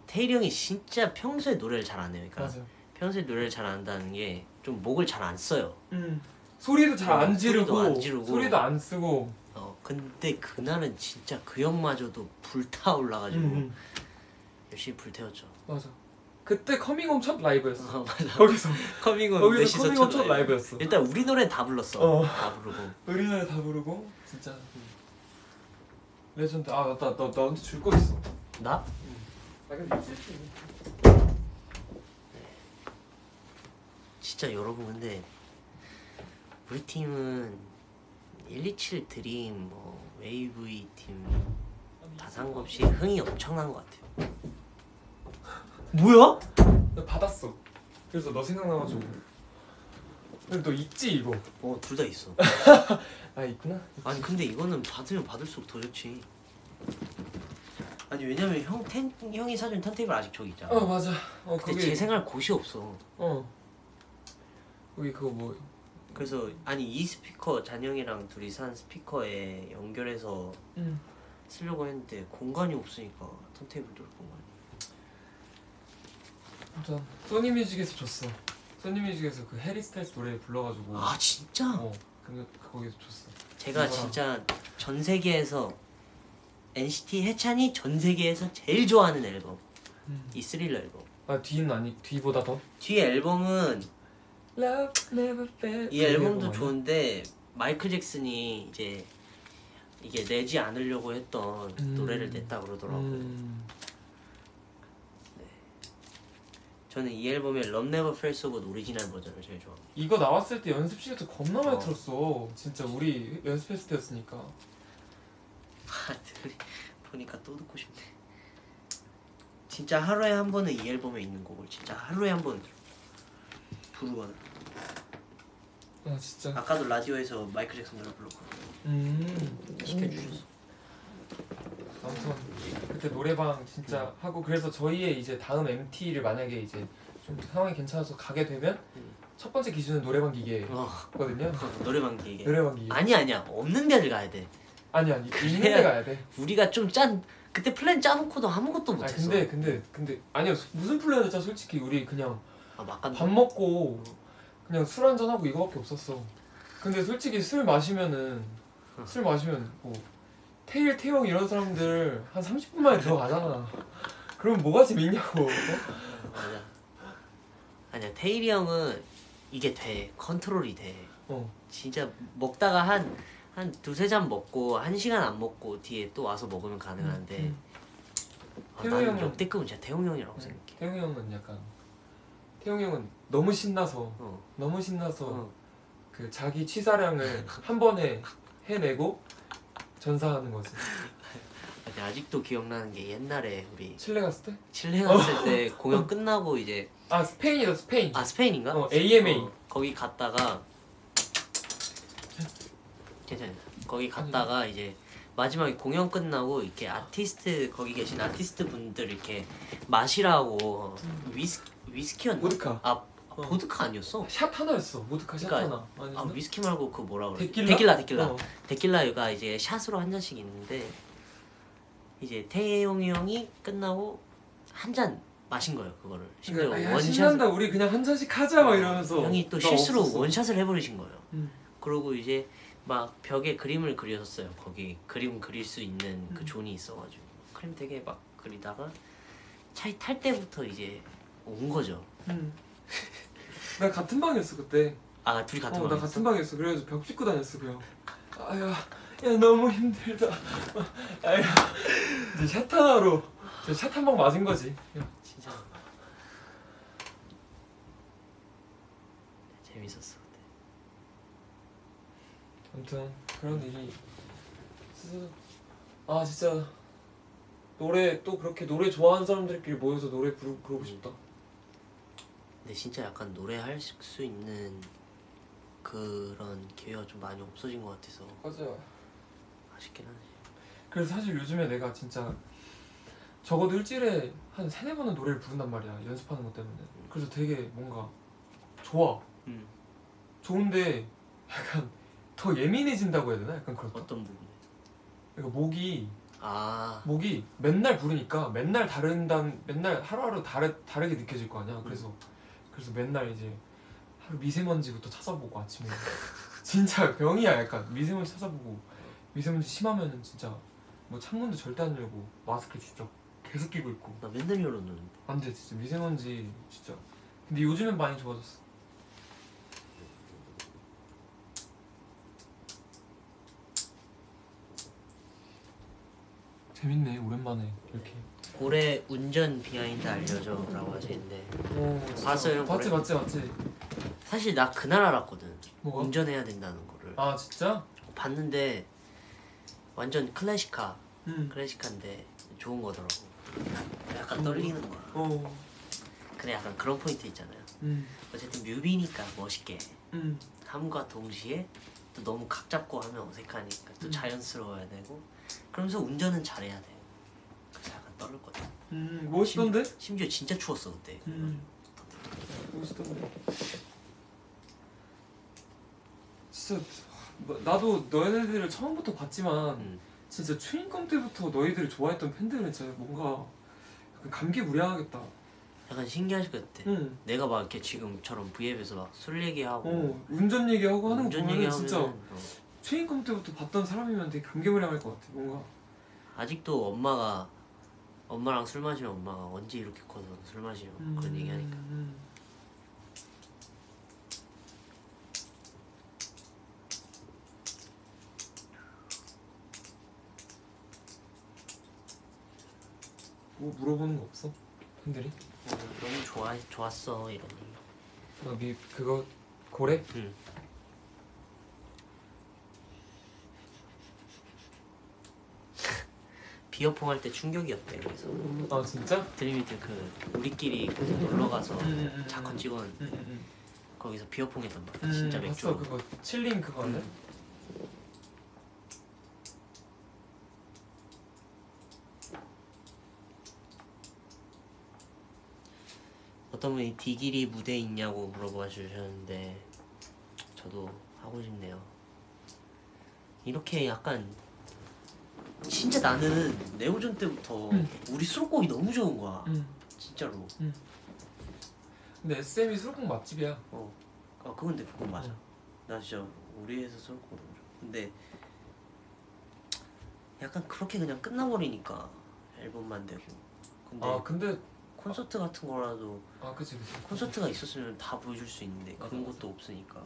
A: 태일이 형이 진짜 평소에 노래를 잘 안 해요 그러니까
C: 맞아.
A: 평소에 노래를 잘 안 한다는 게 좀 목을 잘 안 써요.
C: 음. 소리도 잘 안
A: 어, 소리도
C: 지르고,
A: 안 지르고.
C: 소리도 안 쓰고.
A: 어 근데 그날은 진짜 그 형마저도 불타올라가지고
C: 음, 음.
A: 열심히 불태웠죠.
C: 맞아. 그때 커밍홈 첫 라이브였어.
A: 어, 맞아.
C: 거기서
A: 커밍온
C: 거기서
A: 넷이서
C: 커밍홈 첫
A: 쳤어요.
C: 라이브였어.
A: 일단 우리 노래 다 불렀어.
C: 어.
A: 다 부르고.
C: 우리 노래 다 부르고 진짜 레전드. 아 맞다, 너 나한테 줄 거 있어.
A: 나?
B: 아 근데 있을 수 있는
A: 진짜 여러분 근데 우리 팀은 127 드림, 뭐 웨이브이 팀 다상관없이 흥이 엄청난 것 같아요. 뭐야?
C: 나 받았어. 그래서 너 생각나가지고. 근데 너 있지 이거?
A: 어 둘 다 있어.
C: 아 있구나.
A: 아니 근데 이거는 받으면 받을수록 더 좋지. 아니 왜냐면 형 텐, 형이 사준 탄테이블 아직 저기 있잖아.
C: 어 맞아. 어
A: 근데
C: 거기.
A: 제 생활 곳이 없어.
C: 어. 거기 그거 뭐.
A: 그래서 아니 이 스피커 잔영이랑 둘이 산 스피커에 연결해서
C: 응.
A: 쓰려고 했는데 공간이 없으니까 탄테이블 돌 공간.
C: 아무튼 소니뮤직에서 줬어. 소니뮤직에서 그 해리 스타일스 노래 불러가지고.
A: 아 진짜?
C: 어. 근데 거기서 줬어.
A: 제가
C: 이거랑.
A: 진짜 전 세계에서 NCT 해찬이 전 세계에서 제일 좋아하는 앨범
C: 음.
A: 이 스릴러 앨범.
C: 아 뒤는 아니 뒤보다 더.
A: 뒤 앨범은
C: Love never fails.
A: 이 앨범도 좋은데 마이클 잭슨이 이제 이게 내지 않으려고 했던
C: 음.
A: 노래를 냈다 그러더라고요.
C: 음.
A: 저는 이 앨범의 Love Never Fails of 오리지널 버전을 제일 좋아합니다.
C: 이거 나왔을 때 연습실에서 겁나 많이
A: 어.
C: 들었어. 진짜 우리 연습했을 때였으니까.
A: 아, 들이- 보니까 또 듣고 싶네. 진짜 하루에 한 번은 이 앨범에 있는 곡을 진짜 하루에 한 번 들어. 부르거나.
C: 아 진짜.
A: 아까도 라디오에서 마이클 잭슨 노래 불렀거든요.
C: 음.
A: 시켜주셨어.
C: 아무튼 그때 노래방
A: 음.
C: 진짜 하고 그래서 저희의 이제 다음 MT를 만약에 이제 좀 상황이 괜찮아서 가게 되면
A: 음.
C: 첫 번째 기준은 노래방 기계거든요.
A: 어, 노래방 기계.
C: 노래방 기계.
A: 아니 아니야. 없는 데를 가야 돼.
C: 아니 아니 있는
A: 그래야-
C: 데 가야 돼.
A: 우리가 좀 짠 그때 플랜 짜놓고도 아무것도
C: 아
A: 못했어.
C: 근데 근데 근데 아니요 무슨 플랜이었죠 솔직히 우리 그냥
A: 아 막간.
C: 밥 먹고 그냥 술 한잔 하고 이거밖에 없었어. 근데 솔직히 술 마시면은 술 마시면 뭐 태일 태용 이런 사람들 한 30분 만에 들어가잖아. 그럼 뭐가 재밌냐고. 어?
A: 맞아. 아니야 테일이 형은 이게 돼 컨트롤이 돼.
C: 어.
A: 진짜 먹다가 한 한 두세 잔 먹고 한 시간 안 먹고 뒤에 또 와서 먹으면 가능한데
C: 음.
A: 아,
C: 태용이
A: 나는
C: 형은- 네.
A: 역대급은 진짜 태용 형이라고 생각해.
C: 태용 형은 약간 태용 형은 너무 신나서
A: 어.
C: 너무 신나서
A: 어.
C: 그 자기 취사량을 한 번에 해내고 전사하는 거지.
A: 아니, 아직도 기억나는 게 옛날에 우리
C: 칠레 갔을 때?
A: 칠레
C: 어.
A: 갔을 때 공연 끝나고 이제
C: 아 스페인이다 스페인.
A: 아 스페인인가?
C: 어, AMA.
A: 어, 거기 갔다가 괜찮아요. 거기 갔다가 이제 마지막에 공연 끝나고 이렇게 아티스트 거기 계신 아티스트 분들 이렇게 마시라고 위스 위스키였나?
C: 보드카.
A: 아 보드카 아니었어?
C: 샷 하나였어. 보드카 샷
A: 그러니까,
C: 하나. 아니,
A: 아 위스키 말고 그 뭐라 그래?
C: 데킬라?
A: 데킬라 데킬라.
C: 어.
A: 데킬라유가 이제 샷으로 한 잔씩 있는데 이제 태용이 형이 끝나고 한 잔 마신 거예요 그거를 심지어
C: 그러니까 야,
A: 원샷
C: 신난다. 우리 그냥 한 잔씩 하자 막뭐 이러면서.
A: 형이 또
C: 나
A: 실수로
C: 없었어.
A: 원샷을 해버리신 거예요
C: 음.
A: 그러고 이제 막 벽에 그림을 그렸었어요 거기 그림 그릴 수 있는 그
C: 음.
A: 존이 있어가지고 그림 되게 막 그리다가 차에 탈 때부터 이제 온 거죠
C: 음. 나 같은 방이었어 그때.
A: 아 둘이 같은
C: 어,
A: 방이었어?
C: 나 같은 방이었어. 그래가지고 벽 씻고 다녔어 그냥. 아야, 야 너무 힘들다. 아야, 이제 샷 하나로 샷 한 방 맞은 거지.
A: 진짜 네, 재밌었어 그때
C: 아무튼 그런 일이 있어서- 아 진짜 노래 또 그렇게 노래 좋아하는 사람들끼리 모여서 노래 부르, 그러고 싶다
A: 근데 진짜 약간 노래할 수 있는 그런 기회가 좀 많이 없어진 것 같아서
C: 맞아요
A: 아쉽긴 하지
C: 그래서 사실 요즘에 내가 진짜 적어도 일주일에 한 세네 번은 노래를 부른단 말이야 연습하는 것 때문에 그래서 되게 뭔가 좋아
A: 음.
C: 좋은데 약간 더 예민해진다고 해야 되나? 약간 그렇다
A: 어떤 부분에
C: 그러니까 목이
A: 아
C: 목이 맨날 부르니까 맨날 다른 단 맨날 하루하루 다르, 다르게 느껴질 거 아니야 그래서 그래서 맨날 이제 하루 미세먼지부터 찾아보고 아침에 진짜 병이야 약간 미세먼지 찾아보고 미세먼지 심하면은 진짜 뭐 창문도 절대 안 열고 마스크 진짜 계속 끼고 있고
A: 나 맨날 열어놓는데
C: 안 돼 진짜 미세먼지 진짜 근데 요즘엔 많이 좋아졌어 재밌네 오랜만에 이렇게
A: 올해 운전 비하인드 알려줘라고 하시는데
C: 오, 진짜.
A: 봤어요, 형,
C: 봤지
A: 그래?
C: 봤지 봤지
A: 사실 나 그날 알았거든
C: 뭐가?
A: 운전해야 된다는 거를
C: 아 진짜?
A: 봤는데 완전 클래식카
C: 응
A: 클래식카인데 좋은 거더라고 약간 떨리는 거야
C: 어.
A: 근데 약간 그런 포인트 있잖아요
C: 음.
A: 어쨌든 뮤비니까 멋있게
C: 음.
A: 함과 동시에 또 너무 각 잡고 하면 어색하니까 또
C: 음.
A: 자연스러워야 되고 그러면서 운전은 잘해야 돼요 그래서 약간 떨릴 거든
C: 음. 멋있던데?
A: 심지어 진짜 추웠어 그때
C: 음. 멋있던데? 진짜 나- 나도 너네들을 처음부터 봤지만
A: 음.
C: 진짜 추인검 때부터 너희들을 좋아했던 팬들은 진짜 뭔가 약간 감기무량하겠다
A: 네. 약간 신기하실 것 같아
C: 응
A: 내가 막 이렇게 지금처럼 V앱에서 막 술 얘기하고
C: 어, 운전 얘기하고 하는 거
A: 운전
C: 보면
A: 얘기하면
C: 진짜 추인검 때부터 봤던 사람이면 되게 감기무량할 것 같아 뭔가
A: 어, 아직도 엄마가 엄마랑 술 마시면 엄마가 언제 이렇게 커서 술 마시냐고 그런 얘기하니까
C: 음. 뭐 물어보는 거 없어? 팬들이?
A: 어, 너무 좋아 좋았어 이런 얘기
C: 여기 그거 고래?
A: 응. 비어퐁 할 때 충격이었대 그래서
C: 아 진짜?
A: 음, 드림이트 그 우리끼리 그래서 놀러 가서
C: 음, 음, 음.
A: 자컷 찍었는데
C: 응응응
A: 거기서 비어퐁했던 거 아, 진짜 맥주
C: 음, 봤어 그거 칠링 그거 아니야?
A: 어떤 분이 디길이 무대 있냐고 물어봐 주셨는데 저도 하고 싶네요. 이렇게 약간 진짜 나는 네오전 때부터
C: 음.
A: 우리 수록곡이 너무 좋은 거야.
C: 응.
A: 진짜로.
C: 근데 SM이 수록곡 맛집이야
A: 어. 아 그건 근데 그건 맞아. 나 진짜 우리 회사 수록곡 너무 좋아. 근데 약간 그렇게 그냥 끝나버리니까 앨범만 되고. 근데
C: 아 근데
A: 콘서트 같은 거라도
C: 아 그치 그치
A: 콘서트가 있었으면 다 보여줄 수 있는데 그런
C: 맞아, 맞아.
A: 것도 없으니까.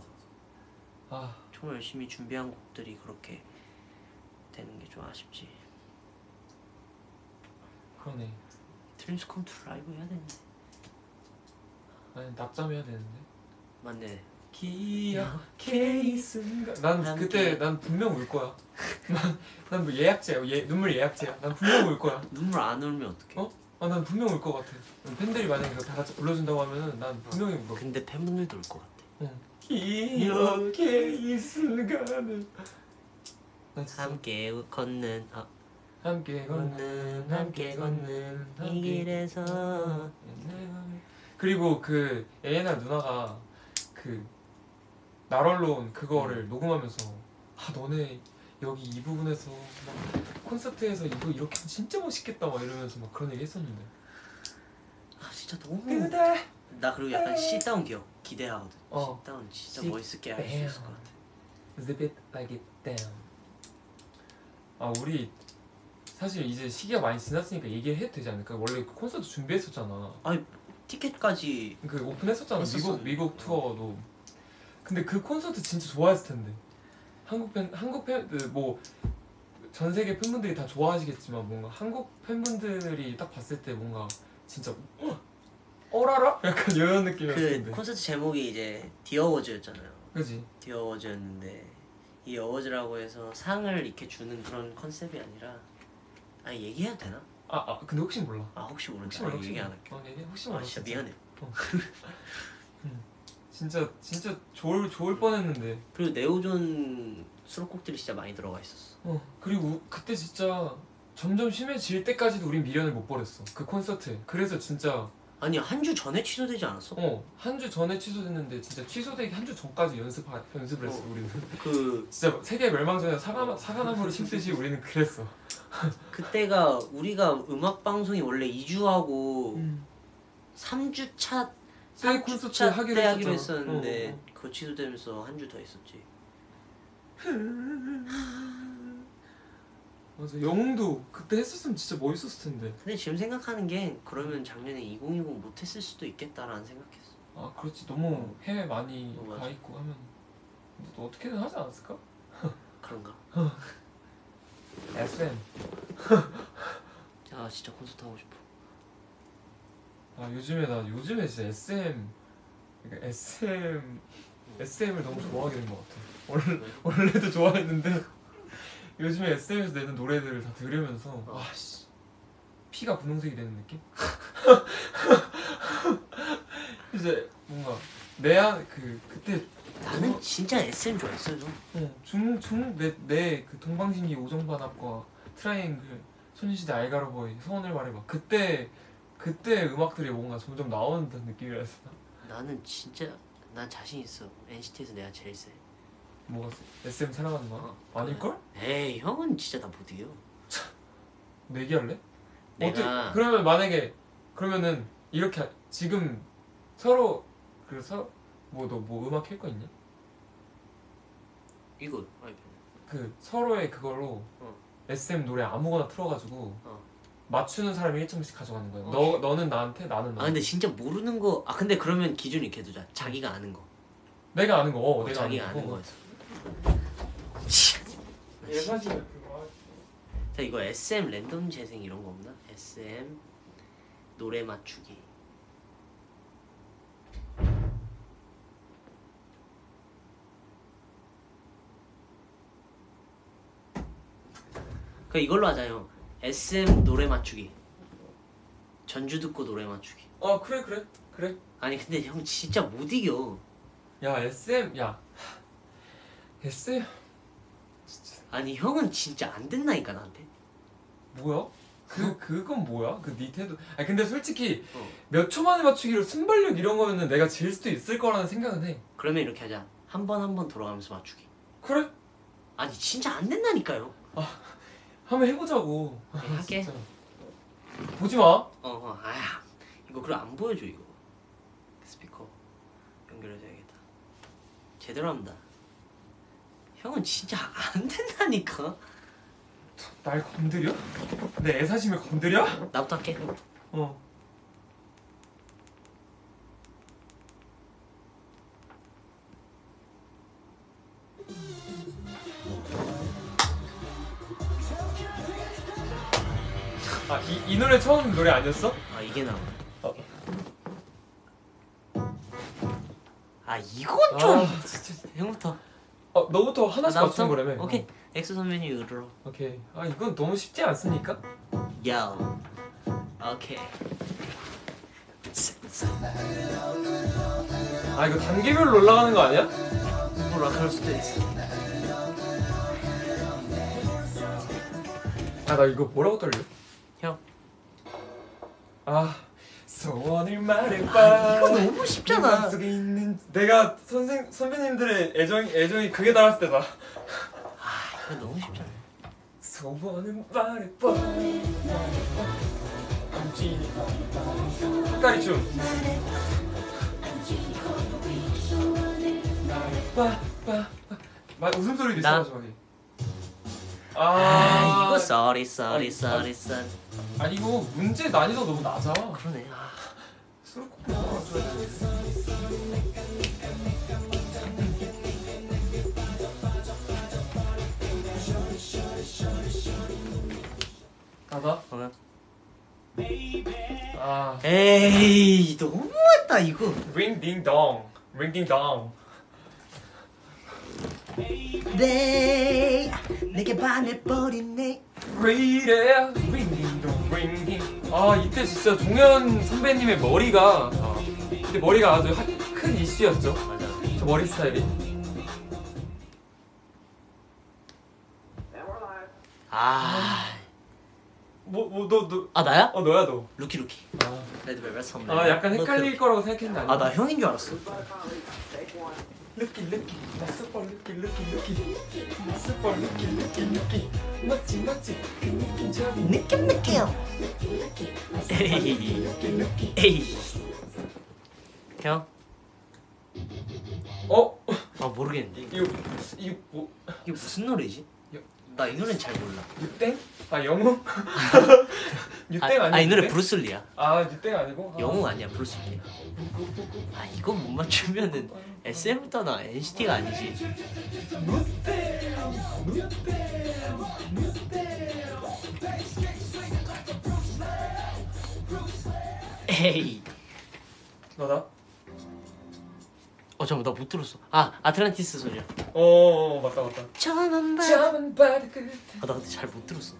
C: 아
A: 정말 열심히 준비한 곡들이 그렇게 되는 게 좀 아쉽지.
C: 그러네
A: 드림스 컴투 라이브 해야 되는데.
C: 나는 낮잠해야 되는데
A: 맞네.
C: 기억해 이 순간 난 그때
A: 함께.
C: 난 분명 울 거야 난난뭐 예약제야 예, 눈물 예약제야 난 분명 울 거야
A: 눈물 안 울면 어떡해?
C: 어? 아 난 분명 울 것 같아 팬들이 만약에 이거 다 같이 불러준다고 하면은 난 분명히 울어
A: 근데 팬분들도 올 것 같아.
C: 기억해 이 순간을 난 진짜
A: 함께 걷는 아,
C: 함께 걷는 함께 걷는
A: 이 길에서
C: 그리고 그 예나 누나가 그 나럴론 그거를 녹음하면서 아 너네 여기 이 부분에서 막 콘서트에서 이거 이렇게 하면 진짜 멋있겠다 막 이러면서 막 그런 얘기 했었는데
A: 아 진짜 너무
C: 그대
A: 나 그리고 약간 시다운 기억 기대하거든.
C: 어.
A: 시다운 진짜
C: 시-
A: 멋있게 할 수 있을 것 같아.
C: zip it like it down 아 우리 사실 이제 시기가 많이 지났으니까 얘기를 해도 되지 않을까 원래 그 콘서트 준비했었잖아
A: 티켓까지
C: 그 오픈했었잖아
A: 했었어.
C: 미국 미국 투어도 근데 그 콘서트 진짜 좋아했을 텐데 한국 팬 한국 팬뭐전 세계 팬분들이 다 좋아하시겠지만 뭔가 한국 팬분들이 딱 봤을 때 뭔가 진짜 어? 어라라 약간 이런 느낌이었을
A: 그
C: 텐데
A: 콘서트 제목이 이제 디어워즈였잖아요.
C: 그지
A: 디어 어워즈였는데 이 어워즈라고 해서 상을 이렇게 주는 그런 컨셉이 아니라 아 얘기해도 되나?
C: 아아 근데 혹시 몰라
A: 아 혹시 모르는지
C: 혹시
A: 아,
C: 몰라
A: 얘기 안 할게
C: 할게 어, 얘기 혹시 몰라
A: 아 진짜 미안해
C: 진짜 진짜 좋을 좋을 뻔했는데
A: 그리고 네오존 수록곡들이 진짜 많이 들어가 있었어
C: 어 그리고 우- 그때 진짜 점점 심해질 때까지도 우린 미련을 못 버렸어 그 콘서트 그래서 진짜
A: 아니 한 주 전에 취소되지 않았어?
C: 어, 한 주 전에 취소됐는데 진짜 취소되기 한 주 전까지 연습 연습을 했어 우리는.
A: 그
C: 진짜 세계 멸망전에
A: 어.
C: 사과 사과나무를 심듯이 우리는 그랬어.
A: 그때가 우리가 음악 방송이 원래 2주하고
C: 음.
A: 3주 차
C: 세계
A: 3주
C: 콘서트
A: 차
C: 하기로
A: 때 하기로
C: 했었잖아.
A: 했었는데
C: 어,
A: 그거 취소되면서 한 주 더 있었지
C: 어. 맞아 영웅도 그때 했었으면 진짜 멋있었을 텐데.
A: 근데 지금 생각하는 게 그러면 작년에 2020 못했을 수도 있겠다라는 생각했어
C: 아 그렇지 너무 해외 많이
A: 어, 맞아.
C: 가 있고 하면 너 어떻게든 하지 않았을까?
A: 그런가?
C: SM.
A: 아 진짜 콘서트 하고 싶어
C: 아 요즘에 나 요즘에 진짜 SM 그러니까 SM SM을 너무 좋아하게 된 것 같아. 원래 원래도 좋아했는데 요즘에 SM에서 내는 노래들을 다 들으면서 아씨 피가 분홍색이 되는 느낌? 이제 뭔가 내야 그 그때
A: 나는 진짜 SM 좋아했어요
C: 중중내내 그 동방신기 오정반합과 트라이앵글 소녀시대 알가로보이 소원을 말해봐 그때 그때 음악들이 뭔가 점점 나오는 듯한 느낌이라서
A: 나는 진짜 난 자신 있어 NCT에서 내가 제일 세
C: 뭐가 SM 사랑하는 거야? 아닐걸?
A: 에이 형은 진짜 나 못 이겨
C: 내기할래?
A: 내가-
C: 네 어떻게, 그러면 만약에 그러면은 이렇게 하- 지금 서로 그래서 뭐 너 뭐 음악 할 거 있냐?
A: 이거 아이폰
C: 그 서로의 그걸로
A: 어.
C: SM 노래 아무거나 틀어가지고
A: 어.
C: 맞추는 사람이 1점씩 가져가는 거야.
A: 어.
C: 너 너는 나한테 나는
A: 아
C: 나한테.
A: 근데 진짜 모르는 거 아 근데 그러면 기준이 이렇게 두자 자기가 아는 거
C: 내가 아는 거. 어,
A: 어,
C: 내가
A: 자기가
C: 아는
A: 아는
C: 거.
A: 거에서 씨.
B: 예선이 그거
A: 자 이거 SM 랜덤 재생 이런 거 없나? SM 노래 맞추기 그 이걸로 하자요 SM 노래 맞추기 전주 듣고 노래 맞추기
C: 어 아, 그래 그래 그래.
A: 아니 근데 형 진짜 못 이겨
C: 야 SM 야 SM
A: 아니 형은 진짜 안 된다니까 나한테.
C: 뭐야? 그 그건 뭐야? 그 니 태도. 아 근데 솔직히
A: 어.
C: 몇 초 만에 맞추기로 순발력 이런 거면은 내가 질 수도 있을 거라는 생각은 해.
A: 그러면 이렇게 하자. 한 번 한 번 돌아가면서 맞추기.
C: 그래?
A: 아니 진짜 안 된다니까요.
C: 한번 해보자고.
A: 네, 할게.
C: 진짜. 보지 마.
A: 어, 어, 아, 이거 그럼 안 보여줘 이거. 스피커 연결해줘야겠다. 제대로 한다. 형은 진짜 안 된다니까.
C: 날 건드려? 내 애사심을 건드려?
A: 나부터 할게.
C: 어. 아이 이 노래 처음 노래 아니었어?
A: 아 이게 나와.
C: 어.
A: 아 이건 좀.
C: 아, 진짜.
A: 형부터.
C: 어 너부터 하나씩
A: 아,
C: 맞추는 거라며.
A: 오케이. 엑소 선배님 으로.
C: 어, 오케이. 아 이건 너무 쉽지 않습니까?
A: 야. 오케이.
C: 아 이거 단계별로 올라가는 거 아니야?
A: 몰라 그럴 뭐, 수도 있어.
C: 아 나 이거 뭐라고 떨려?
A: 형.
C: 아 소원을 말해봐.
A: 아 이거 너무
C: 네
A: 쉽잖아.
C: 마음속에 있는 내가 선생 선배님들의 애정 애정이 그게 달았을 때다.
A: 아 이거 너무 쉽잖아.
C: 소원은 말해봐. 헛다리 춤. 빠빠빠. 웃음소리도
A: 나-
C: 있어 저기. 아,
A: 아, 이거 sorry sorry sorry sorry.
C: 아니 이거 문제 난이도 너무 낮아.
A: 그러네. 아.
C: 수록 꼭 가자.
A: 어.
C: 아,
A: 에이 너무했다 이거.
C: 링딩동, 링딩동.
A: 네 내게 반해버리네.
C: 그래, 링딩동, 링딩. 아, 이때 진짜 종현 선배님의 머리가, 아, 근데 머리가 아주 핫- 큰 이슈였죠.
A: 맞아.
C: 저 머리 스타일이.
A: 아.
C: 뭐, 뭐, 너, 너,
A: 아 나야?
C: 어, 너야 너.
A: 루키 루키.
C: 아,
A: 레드벨벳 선배.
C: 아 약간 헷갈릴 거라고 생각했는데 아니야.
A: 아나 형인 줄 알았어.
C: 르키 르키 나 슈퍼 르키 르키 르키 나 슈퍼 르키 르키 르키 멋지 멋지 그 느낌 저기
A: 느낌 느낌. 에이 에이. 형?
C: 어?
A: 아 모르겠는데
C: 이거 이거 뭐
A: 이게 무슨 노래지? 나 이 노래는 잘 몰라.
C: 유땡? 아 영웅? 유땡 아니야?
A: 아이 노래
C: 유땡?
A: 브루슬리야.
C: 아 유땡 아니고? 아.
A: 영웅 아니야 브루슬리. 아 이거 못 맞추면은 SM부터나 NCT가 아니지.
C: 롯데 롯데
A: 에이.
C: 너다?
A: 어 잠깐 만 나 못 들었어. 아 아틀란티스 소리야.
C: 어어 맞다 맞다
A: 처음 봐.
C: 저만 바로 그대
A: 아나 근데 잘 못 들었어.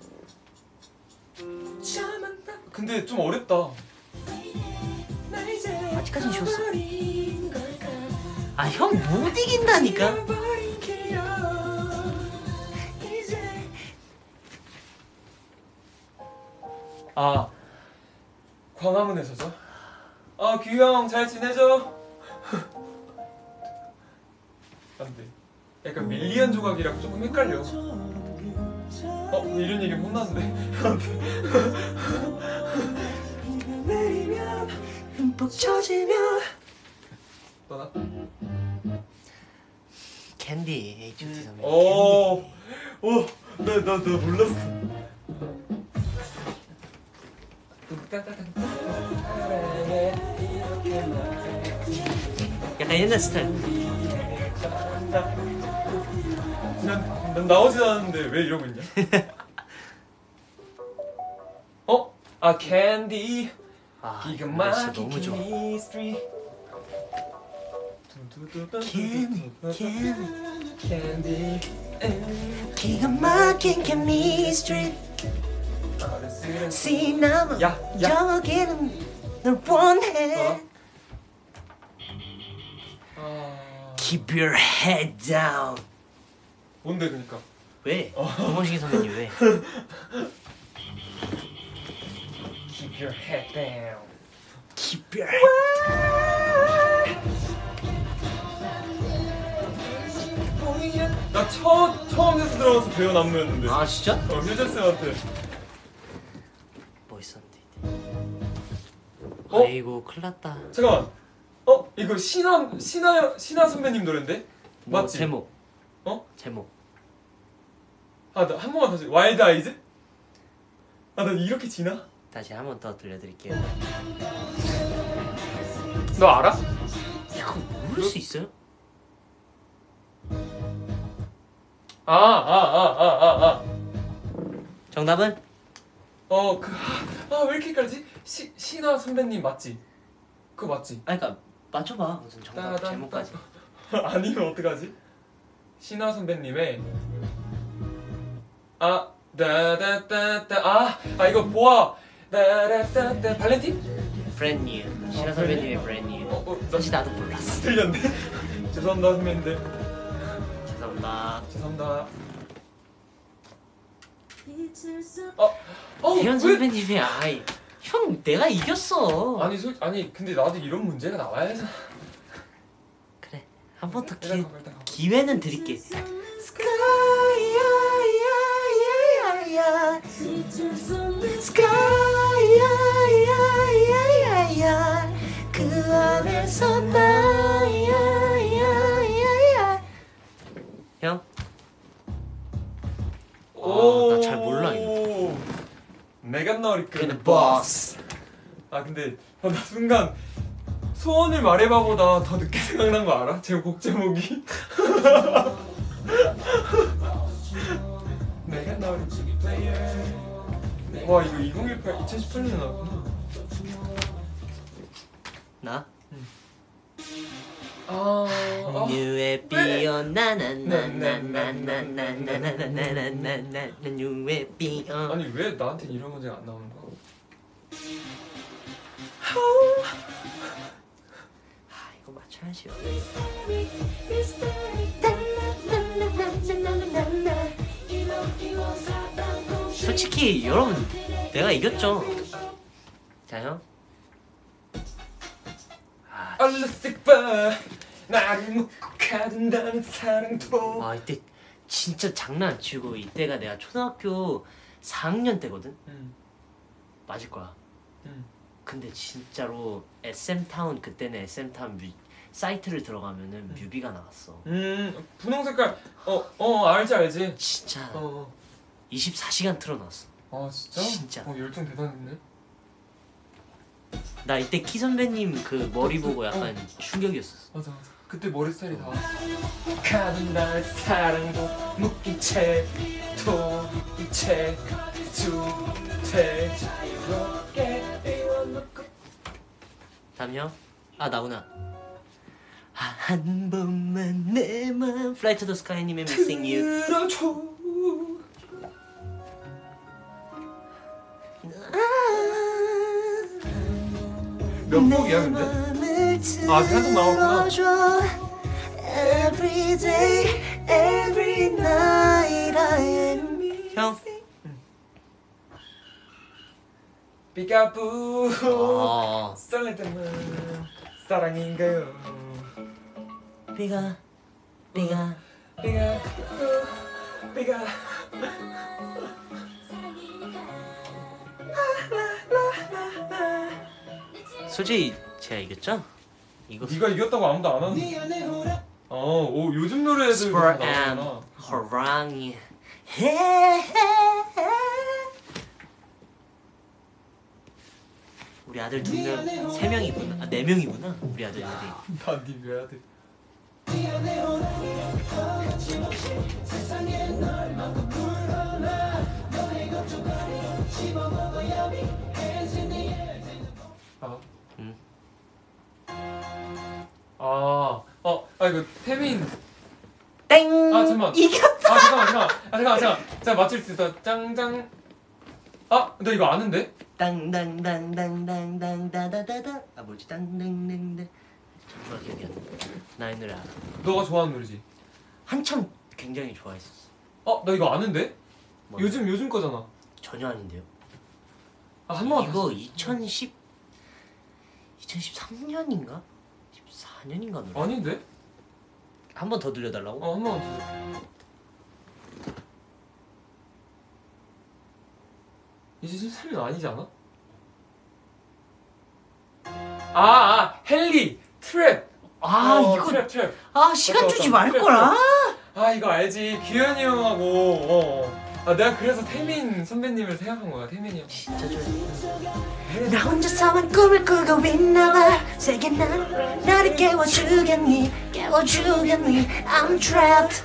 C: 저만 바 근데 좀 어렵다
A: 아직까진 쉬웠어. 아 형 못 이긴다니까.
C: 아 광화문에서죠? 아 규형 잘 지내죠? 안돼 약간 밀리언 조각이랑 조금 헷갈려 어? 이런 얘기 혼났는데
A: 흠뻑 젖으면
C: 떠나?
A: 캔디 H.O.T 선배.
C: 오, 오, 어, 나, 나, 나 몰랐어.
A: 약간 옛날 스타일.
C: 난, 난 나오지 않았는데 왜 이러고 있냐? 어? 아, 캔디.
A: 아
C: 기가
A: 이거 진짜
C: 막히게
A: 너무 좋아.
C: 미스트리.
A: 캔디 캔디.
C: 어? 캔디.
A: 기가 막힌 케미스트리 시나몬
C: 야, 야. 어?
A: 저기는 널 원해
C: 아.
A: Keep your head down.
C: 뭔데 그러니까? 그니까
A: 왜?
C: 어.
A: 동원식이 선배님 왜?
C: Keep your head down
A: Keep your head.
C: 나 처음 처음 해서 들어가서 배우 남매였는데
A: 아 진짜?
C: 어, 효재 쌤한테
A: 멋있었는데.
C: 어?
A: 아이고 큰일 났다.
C: 잠깐만 어 이거 신화 신화 신화 선배님 노래인데
A: 뭐,
C: 맞지?
A: 제목.
C: 어?
A: 제목.
C: 아나 한 번만 다시 와일드 아이즈 아 나 이렇게 지나
A: 다시 한 번 더 들려드릴게요.
C: 너 알아
A: 이거 모를 수 있어요?
C: 아, 아아아아아아어그아왜 어,
A: 정답은?
C: 그, 아, 이렇게 헷갈리지 시 신화 선배님 맞지 그거 맞지
A: 아 그러니까 맞춰봐. 무슨 정답
C: 따단,
A: 제목까지.
C: 아니면 어떡하지? 신화 선배님의 아 따따따따 아, 아 이거 보아 따따따따 발렌틴?
A: Brand New. 신하
C: 어,
A: 선배님의 Brand New.
C: 어, 어, 나
A: 사실 나도 몰랐어.
C: 틀렸네 죄송합니다 선배님들
A: 죄송합니다.
C: 죄송합니다
A: 대현
C: 어왜
A: 선배님의 아이. 형 내가 이겼어.
C: 아니 솔 아니 근데 나도 이런 문제가 나와야 잖아
A: 그래 한 번 더
C: 일단
A: 기회
C: 가봐 일단 가봐
A: 기회는 드릴게. 그 안에서 형 아, 나잘 몰라,
C: 이거 메간 너리크는
A: 그는
C: 버스 아 근데 아, 나 순간 소원을 말해봐보다 더 늦게 생각난 거 알아? 제 곡 제목이 메간 너리크 플레이어 와 이거 2018 2018년에 나왔구나
A: 나?
C: 아, 아
A: 뉴에
C: 왜?
A: 비어 나나나나나나나나나나나나나나 뉴에 비어
C: 아니 왜 나한테 이런 문제가 안 나오는 거야?
A: 아 이거 맞춰야죠 솔직히 여러분 내가 이겼죠 자형
C: 얼른 봐 나를 묶고 가둔다는 사랑도
A: 아 이때 진짜 장난 안 치고 이때가 내가 초등학교 4학년 때거든?
C: 음,
A: 맞을 거야
C: 음.
A: 근데 진짜로 SM타운 그때는 SM타운 뮤, 사이트를 들어가면은 뮤비가 나갔어
C: 음 분홍 색깔 어어 알지 알지
A: 진짜
C: 어어
A: 24시간 틀어놨어
C: 아 진짜?
A: 진짜.
C: 어 열정 대단했네
A: 나 이때 키 선배님 그 머리 보고 약간 충격이었었어
C: 맞아 맞아 그때 머리 스타일이 다 가둔다는 사랑도 묶인 채도 이채 주태 자유롭게 이원놓고
A: 다음 형아 나구나 아, 한 번만 내맘 Fly to the sky님의 Missing You
C: 들어줘 몇 곡이야 근데?
A: 아
C: 아직 그 한통 남았구나.
A: 형
C: 삐까뿌
A: 아.
C: 설렐 때만 사랑인가요
A: 삐가 삐가
C: 삐까뿌 삐까 아,
A: 솔직히 어. 제가 이겼죠? 이거
C: 네가 이겼다고 아무도 안 하는데 어오 요즘 노래에서 이렇게
A: 스포엠
C: 나오구나
A: 음, 호랑이 우리 아들 두명세 명이구나 아네 명이구나 우리 아들 애들이
C: 난네 외야 돼 아.
A: 음.
C: 아, 어, 아 이거 태민
A: 땡
C: 아, 잠깐만.
A: 이겼
C: 아 잠깐만 잠깐만 아 잠깐만 잠깐 잠깐 맞출 수 있어 짱짱 아나 이거 아는데
A: 땅땅땅땅땅땅땅다다다다 아 뭐지 땅땅땅땅 정말 기억이 안 나. 나이 노래 알아.
C: 너가 좋아하는 노래지?
A: 한참 굉장히 좋아했었어.
C: 어, 나 이거 아는데?
A: 뭔데?
C: 요즘 요즘 거잖아.
A: 전혀 아닌데요.
C: 아, 한 번만
A: 이거 2010 2013년인가 14년인가 노래.
C: 더. 아닌데?
A: 한 번 더 들려달라고?
C: 어, 한 번만 더. 이제 13년 아니지 않아? 아, 아, 헨리 트랩.
A: 아
C: 어,
A: 이거
C: 트랩 트랩.
A: 아 시간
C: 맞다,
A: 주지
C: 맞다.
A: 말 거라.
C: 아, 이거 알지. 규현이 형하고 어, 어. 아, 내가 그래서 태민 선배님을 생각한 거야. 태민이 형.
A: 진짜 좀. 나 혼자서만 꿈을 꾸고 있나 봐 세계 나 나를 깨워주겠니 깨워주겠니 I'm trapped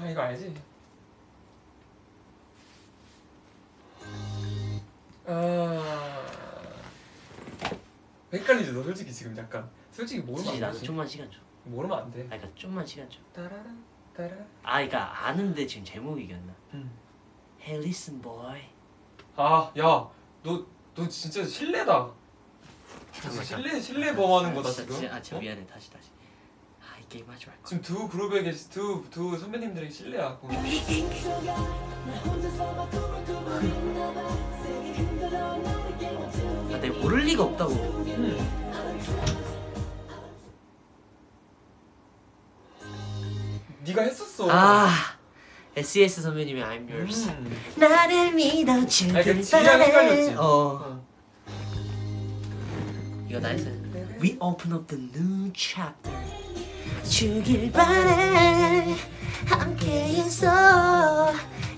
C: 아, 이거 알지. 아. 헷갈리지 너 솔직히 지금 약간 솔직히 모르면
A: 솔직히
C: 안
A: 나도
C: 돼.
A: 좀만 시간 줘아
C: 모르면 안 돼.
A: 그러니까 좀만 시간 줘아
C: 따라라 따라.
A: 그러니까 아는데 지금 제목이 기억나
C: 음.
A: Hey listen boy
C: 아, 야, 너 너 진짜 실례다.
A: 잠깐만,
C: 실례 실례 뭐 범하는 거다
A: 진짜,
C: 지금.
A: 진짜, 아 진짜
C: 어?
A: 미안해 다시 다시 아 이 게임 하지 말걸
C: 지금 두 그룹에게 두두 선배님들에게 실례야. 그거.
A: 아 내가 모를 리가 없다고
C: 음. 네가 했었어.
A: 아 SES 선배님의 I'm yours
C: 음.
A: 나를 믿어주길
C: 아, 그 지가 헷갈렸지.
A: 어
C: 어.
A: 이거 나 했어요 We open up the new chapter 주길 바래 함께 있어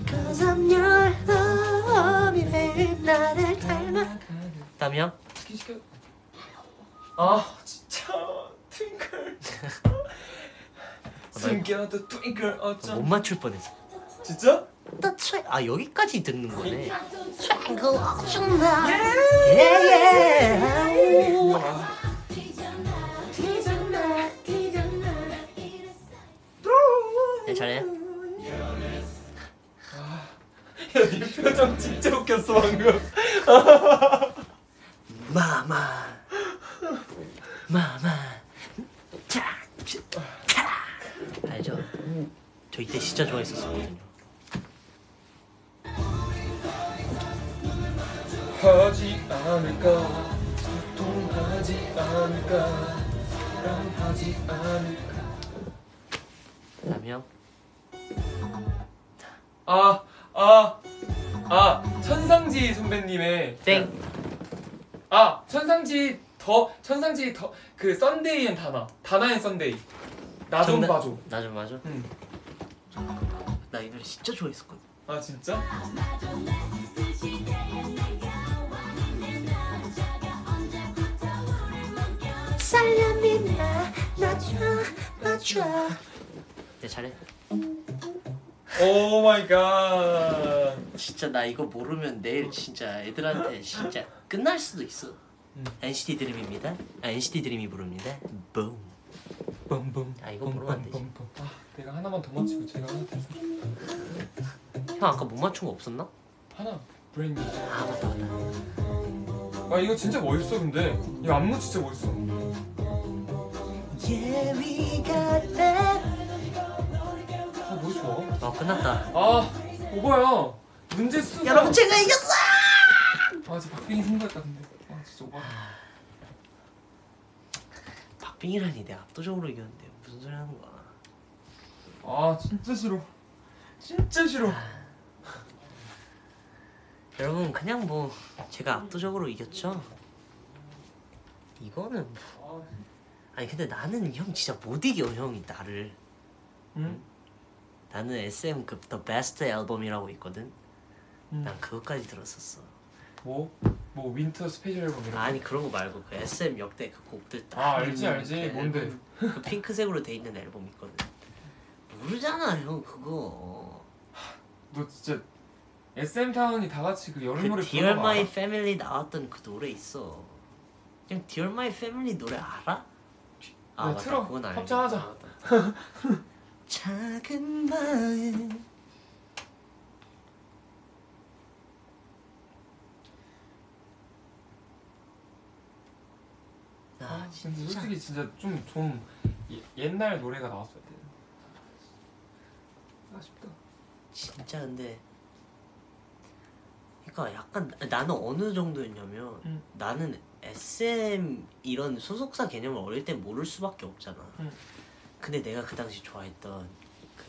A: Cause I'm your love babe 나를 닮아 다음 형?
C: 치킨 시켜. 아 진짜 트윙클. 숨겨도 트윙클
A: 못
C: 어쩜.
A: 맞출 뻔했어
C: 진짜?
A: 나 최... 아 여기까지 듣는 거네
C: 아.
A: 네 잘해요?
C: 야네 표정 진짜 웃겼어 방금
A: 마마 마마 차, 차, 차. 알죠? 저 이때 진짜 좋아했었거든요
C: 하지 않을까 통하지 않을까 사랑하지 않을까
A: 다음 형?
C: 아아아 아, 아, 천상지 선배님의
A: 땡!
C: 아 천상지 더 천상지 더 그 썬데이엔 다나 다나엔 썬데이 나 좀 봐줘
A: 나좀 봐줘
C: 응.
A: 나 이 노래 진짜 좋아했었거든
C: 아 진짜?
D: 살라미나 나줘 나줘
A: 네 잘해
C: 오 마이 갓
A: 진짜 나 이거 모르면 내일 진짜 애들한테 진짜 끝날 수도 있어
C: 음.
A: NCT 드림입니다 아, NCT 드림이 부릅니다 붐
C: 뿜뿜
A: 아, 이거 모르면 안 되지.
C: 아 내가 하나만 더 맞추고 제가 하나 됐어
A: 형 아까 못 맞춘 거 없었나?
C: 하나 브랜드
A: 아 맞다 맞다
C: 아 이거 진짜 멋있어 근데 이 안무 진짜 멋있어 아,
A: Yeah we got that
C: 아 멋있어
A: 아 끝났다
C: 아 오바야 문제 수가
A: 여러분 제가 이겼어
C: 아 진짜 박빙이 승부했다 근데 아 진짜 오바
A: 박빙이라니 내가 압도적으로 이겼는데 무슨 소리 하는 거야
C: 아 진짜 싫어 진짜 싫어
A: 여러분 그냥 뭐 제가 압도적으로 이겼죠 이거는 뭐 아니 근데 나는 형 진짜 못 이겨 형이 나를
C: 응?
A: 나는 SM급 The Best 앨범이라고 있거든.
C: 음.
A: 난 그것까지 들었었어.
C: 뭐? 뭐 윈터 스페셜 앨범 이런
A: 아니 그런 거 말고 그 SM 역대 그 곡들 다.
C: 아, 알지,
A: 있는
C: 알지.
A: 그
C: 뭔데?
A: 앨범, 그 핑크색으로 돼 있는 앨범 있거든. 모르잖아 형 그거.
C: 너 진짜 SM타운이 다 같이 그
A: 그
C: 여름노래
A: Dear
C: 부르는 거
A: My
C: 알아?
A: Family 나왔던 그 노래 있어. 그냥 Dear My Family 노래 알아? 아
C: 네,
A: 맞다
C: 틀어.
A: 그건 알지.
C: 합창하자.
A: 맞다. 작은 마음. 아,
C: 근데
D: 진짜
C: 솔직히 진짜 좀 좀 옛날 노래가 나왔어야 돼. 아쉽다.
A: 진짜 근데 그러니까 약간 나- 나는 어느 정도였냐면
C: 음.
A: 나는 SM 이런 소속사 개념을 어릴 때 모를 수밖에 없잖아.
C: 음.
A: 근데 내가 그 당시 좋아했던 그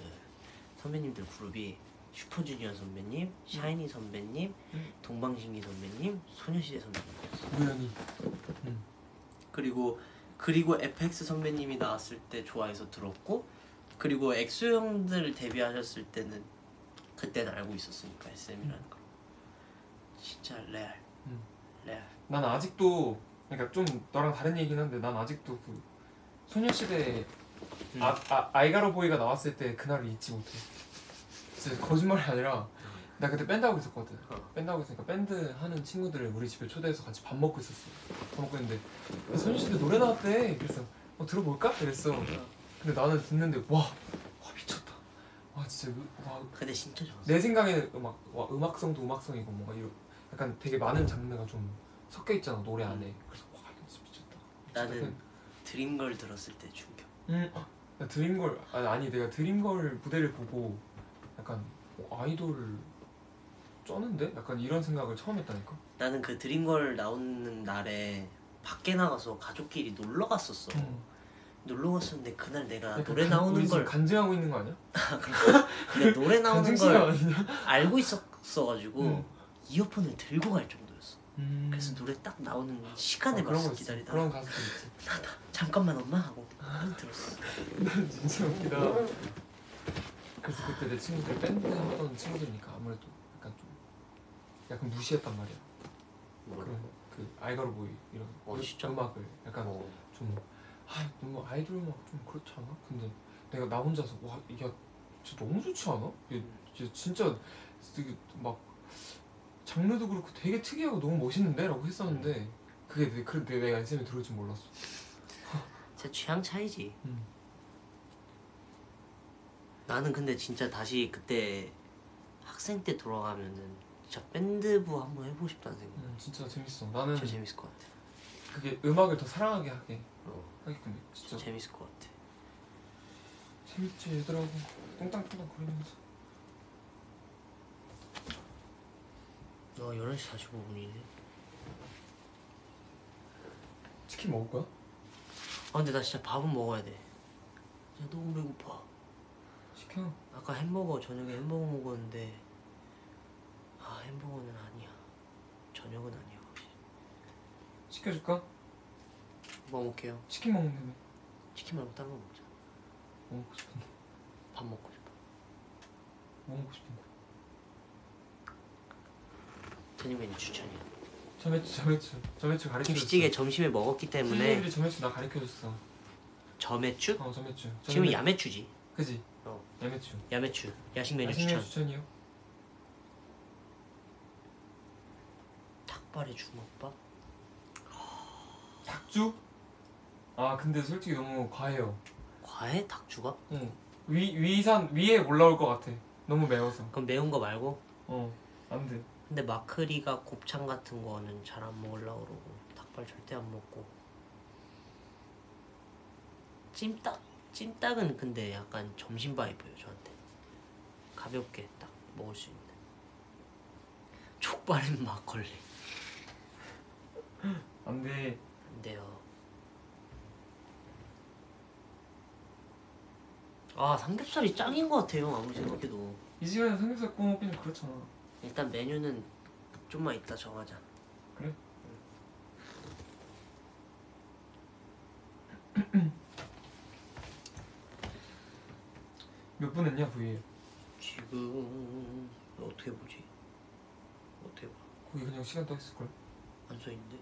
A: 선배님들 그룹이 슈퍼주니어 선배님, 샤이니 선배님,
C: 음.
A: 동방신기 선배님, 소녀시대 선배님이었어.
C: 우연히.
A: 그리고 그리고 FX 선배님이 나왔을 때 좋아해서 들었고 그리고 엑소 형들 데뷔하셨을 때는 그때는 알고 있었으니까 SM이라는 걸 진짜 레알
C: 음.
A: 레알
C: 난 아직도 그러니까 좀 너랑 다른 얘기긴 한데 난 아직도 그 소녀시대
A: 음.
C: 아, 아 아이가로 보이가 나왔을 때 그날을 잊지 못해. 진짜 거짓말이 아니라 나 그때 밴드 하고 있었거든.
A: 음. 어.
C: 밴드 하고 있으니까 밴드 하는 친구들을 우리 집에 초대해서 같이 밥 먹고 있었어. 밥 먹고 있는데 야, 소녀시대 노래 나왔대. 그래서 어 들어볼까? 그랬어. 근데 나는 듣는데 와, 와 미쳤다. 와 진짜 으- 와
A: 근데 그 진짜 좋았어
C: 내 생각에는 음악 와 음악성도 음악성이고 뭔가 이런 약간 되게 많은 장르가 좀 섞여 있잖아 노래 안에 그래서 와 이거 진짜 미쳤다
A: 음. 나는 드림걸 들었을 때 충격
C: 음, 아, 나 드림걸 아니, 아니 내가 드림걸 무대를 보고 약간 어, 아이돌 쩌는데 약간 이런 생각을 처음 했다니까
A: 나는 그 드림걸 나오는 날에 밖에 나가서 가족끼리 놀러 갔었어 놀러 갔었는데 그날 내가 음.
C: 음. 약간
A: 아, 노래
C: 간-
A: 나오는
C: 우리 지금
A: 걸
C: 간증하고 있는 거 아니야?
A: 내가 노래 나오는
C: 간증실
A: 걸
C: 아니냐?
A: 알고 있었어가지고
C: 음.
A: 이어폰을 들고 갈 정도였어
C: 음.
A: 그래서 노래 딱 나오는 시간에
C: 아, 그런
A: 맞춰서
C: 거 있어.
A: 기다리다가
C: 그런 가수도 있지
A: 잠깐만 엄마 하고 들었어.
C: 진짜 웃기다. 그래서 그때 내 친구들 밴드 하던 친구들이니까 아무래도 약간 좀 약간 무시했단 말이야. 그런 그 아이가로 보이 이런
A: 뭐. 어,
C: 음-
A: 진짜? 어.
C: 음악을 약간
A: 뭐,
C: 좀아 너무 아이돌 음악 좀 그렇지 않아? 근데 내가 나 혼자서 와 이게 진짜 너무 좋지 않아? 이게 진짜- 진짜 되게 막 장르도 그렇고 되게 특이하고 너무 멋있는데라고 했었는데
A: 음.
C: 그게 내, 그 내가 인생에 들어올 줄 몰랐어.
A: 제 취향 차이지.
C: 음.
A: 나는 근데 진짜 다시 그때 학생 때 돌아가면은 진짜 밴드부 한번 해보고 싶다는 생각.
C: 음, 진짜 재밌어. 나는
A: 진짜 재밌을 것 같아.
C: 그게 음악을 더 사랑하게 하게
A: 어,
C: 하게끔 진짜
A: 진짜 재밌을 것 같아.
C: 재밌지 얘들하고 뚱땅뚱땅 거리면서
A: 어, 11시 45분이네.
C: 치킨 먹을 거야?
A: 아, 근데 나 진짜 밥은 먹어야 돼. 진짜 너무 배고파.
C: 시켜
A: 아까 햄버거, 저녁에 햄버거 먹었는데, 아, 햄버거는 아니야. 저녁은 아니야.
C: 시켜줄까?
A: 뭐 먹게요?
C: 치킨 먹는다며
A: 치킨 말고 다른 거 먹자.
C: 뭐 먹고 싶은데
A: 밥 먹고 싶어.
C: 뭐 먹고 싶은데
A: 저녁 메뉴 추천이야.
C: 저매추 저매추 저매추 가르쳐줬어
A: 김치찌개 점심에 먹었기 때문에
C: 선생님들이 저매추 나 가르쳐줬어
A: 저매추?
C: 어 저매추
A: 지금 야매추지.
C: 그지?
A: 어.
C: 야매추
A: 야매추. 야식 메뉴
C: 야식
A: 추천.
C: 메뉴 추천이요?
A: 닭발에 주먹밥?
C: 닭주? 아 근데 솔직히 너무 과해요
A: 과해? 닭주가?
C: 위, 위산 위에 올라올 것 같아 너무 매워서
A: 그럼 매운 거 말고?
C: 어 안돼
A: 근데 마크리가 곱창 같은 거는 잘 안 먹으려고 그러고 닭발 절대 안 먹고 찜닭? 찜닭은 근데 약간 점심 바이브예요 저한테 가볍게 딱 먹을 수 있는 족발은 막걸리
C: 안돼
A: 안 돼요. 아 삼겹살이 짱인 것 같아요 아무리 생각해도
C: 이 시간에 삼겹살 구워 먹기 좀 그렇잖아
A: 일단 메뉴는 좀만 이따 정하자
C: 그래? 몇 분 했냐 부위?
A: 지금 어떻게 보지? 어떻게 봐안
C: 거기 그냥 시간 딱 했을걸?
A: 써있는데?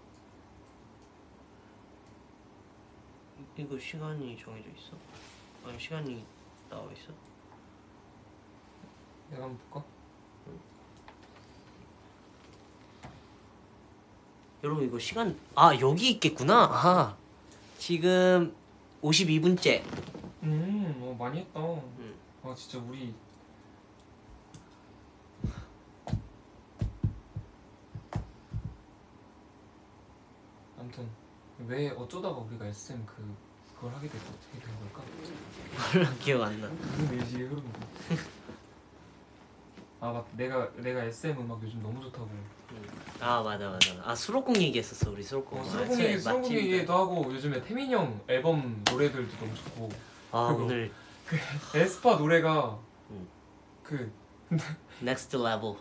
A: 이거 시간이 정해져 있어? 아니 시간이 나와 있어?
C: 내가 한번 볼까?
A: 여러분 이거 시간 아 여기 있겠구나 아 지금 52분째
C: 음, 어, 많이 했다.
A: 응.
C: 아 진짜 우리 아무튼 왜 어쩌다가 우리가 SM 그 그걸 하게 됐고 어떻게 된 걸까?
A: 몰라 기억 안 나.
C: 무슨 의식의 그 흐름인가? 아막 내가 내가 SM 음악 요즘 너무 좋다고.
A: 아 맞아 맞아. 아 수록곡 얘기했었어 우리 수록곡.
C: 어,
A: 아,
C: 수록곡
A: 제
C: 얘기 수록곡
A: 맛집이다.
C: 얘기도 하고 요즘에 태민이 형 앨범 노래들도 너무 좋고
A: 아
C: 그거.
A: 오늘
C: 에스파 노래가
A: 음.
C: 그
A: 넥스트 레벨.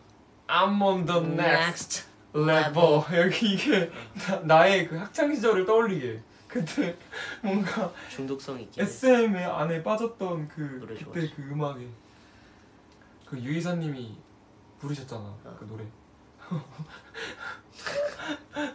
C: I'm on the next level 여기 이게 나, 나의 그 학창 시절을 떠올리게 해. 그때 뭔가
A: 중독성 있게.
C: SM의 안에 빠졌던 그
A: 예. 노래
C: 그때
A: 좋았어.
C: 그 음악에 그 유이사님이 부르셨잖아 그 노래.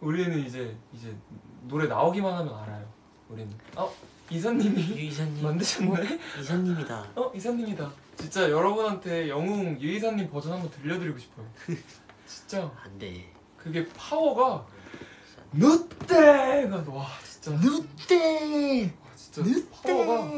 C: 우리는 이제 이제 노래 나오기만 하면 알아요. 우리는 어
A: 유
C: 이사님이
A: 이사님
C: 만드셨네.
A: 이사님이다.
C: 어 이사님이다. 진짜 여러분한테 영웅 유이사님 버전 한번 들려드리고 싶어요. 진짜
A: 안돼.
C: 그게 파워가 누떼가 와 진짜
A: 누떼
C: 와, 진짜
A: 어,
C: 파워가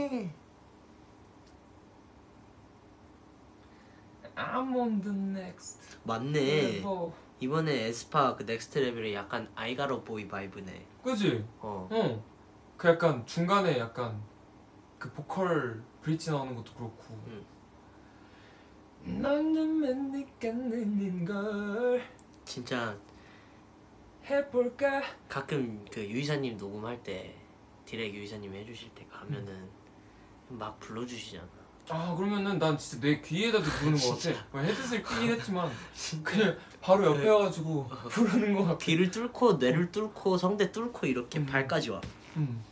C: I'm on the next
A: 맞네.
C: level.
A: 이번에 에스파 그 넥스트 레벨이 약간 아이가로 보이 바이브네.
C: 그지?
A: 어.
C: 어. 그 약간 중간에 약간 그 보컬 브릿지 나오는 것도 그렇고.
A: 응.
C: 너는 맨니까 느는 걸
A: 진짜
C: 해볼까?
A: 가끔 그 유이사님 녹음할 때 디렉 유이사님 해주실 때 가면은
C: 음.
A: 막 불러주시잖아.
C: 아 그러면은 난 진짜 내 귀에다 부르는 것 같아. 뭐 헤드셋 끼긴 했지만 그냥 바로
A: 네.
C: 옆에 와가지고
A: 어.
C: 부르는 것 같아.
A: 귀를 뚫고 뇌를 뚫고 성대 뚫고 이렇게
C: 음.
A: 발까지 와.
C: 음.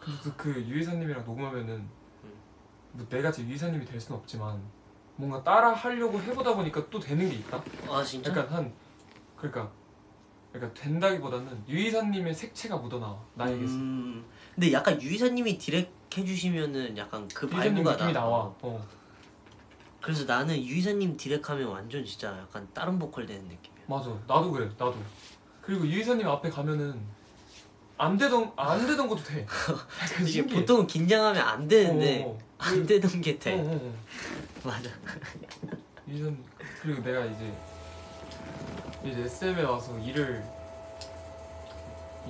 C: 근데 또 그 유이사님이랑 녹음하면은
A: 음.
C: 뭐 내가 제 유이사님이 될 수는 없지만 뭔가 따라 하려고 해보다 보니까 또 되는 게 있다.
A: 아 진짜?
C: 약간 한 그러니까 그러니까 된다기보다는 유이사님의 색채가 묻어나 나에게서
A: 음. 근데 약간 유이사님이 디렉 해주시면은 약간 그
C: 유이사님
A: 바이브가
C: 느낌이 나와. 어
A: 그래서 나는 유이사님 디렉하면 완전 진짜 약간 다른 보컬 되는 느낌이야.
C: 맞아 나도 그래 나도 그리고 유이사님 앞에 가면은 안 되던 안 되던 것도 돼.
A: 이게
C: 약간 그 신기해.
A: 보통 긴장하면 안 되는데
C: 어, 어,
A: 안 되는 게
C: 어,
A: 돼.
C: 어, 어.
A: 맞아.
C: 유이사님 그리고 내가 이제 이제 SM에 와서 일을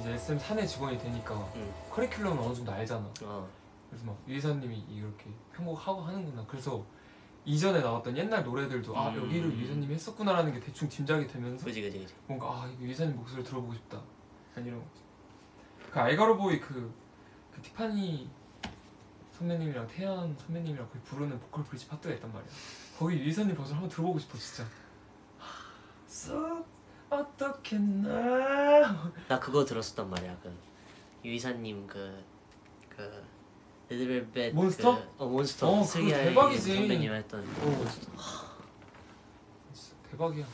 C: 이제 SM 사내 직원이 되니까
A: 음.
C: 커리큘럼을 어느 정도 알잖아.
A: 어.
C: 그래서 막 유이사님이 이렇게 편곡하고 하는구나. 그래서 이전에 나왔던 옛날 노래들도 아
A: 음.
C: 여기를 유이사님이 했었구나라는 게 대충 짐작이 되면서
A: 그지 그지 그지.
C: 뭔가 아 이거 유이사님 목소리 들어보고 싶다. 약간 이런 거지. 그 알가로보이 그, 그 티파니 선배님이랑 태연 선배님이랑 거기 부르는 보컬 브릿지 파트가 있단 말이야. 거기 유이사님 버전 한번 들어보고 싶어 진짜. 썩 어떻게 나
A: 나 그거 들었었단 말이야. 그 유이사님 그그 리틀 벳
C: 몬스터?
A: 그, 어 몬스터.
C: 어, 그거
A: 슬기 아이
C: 대박이지.
A: 선배님 했던.
C: 어, 진짜. 진짜 대박이야.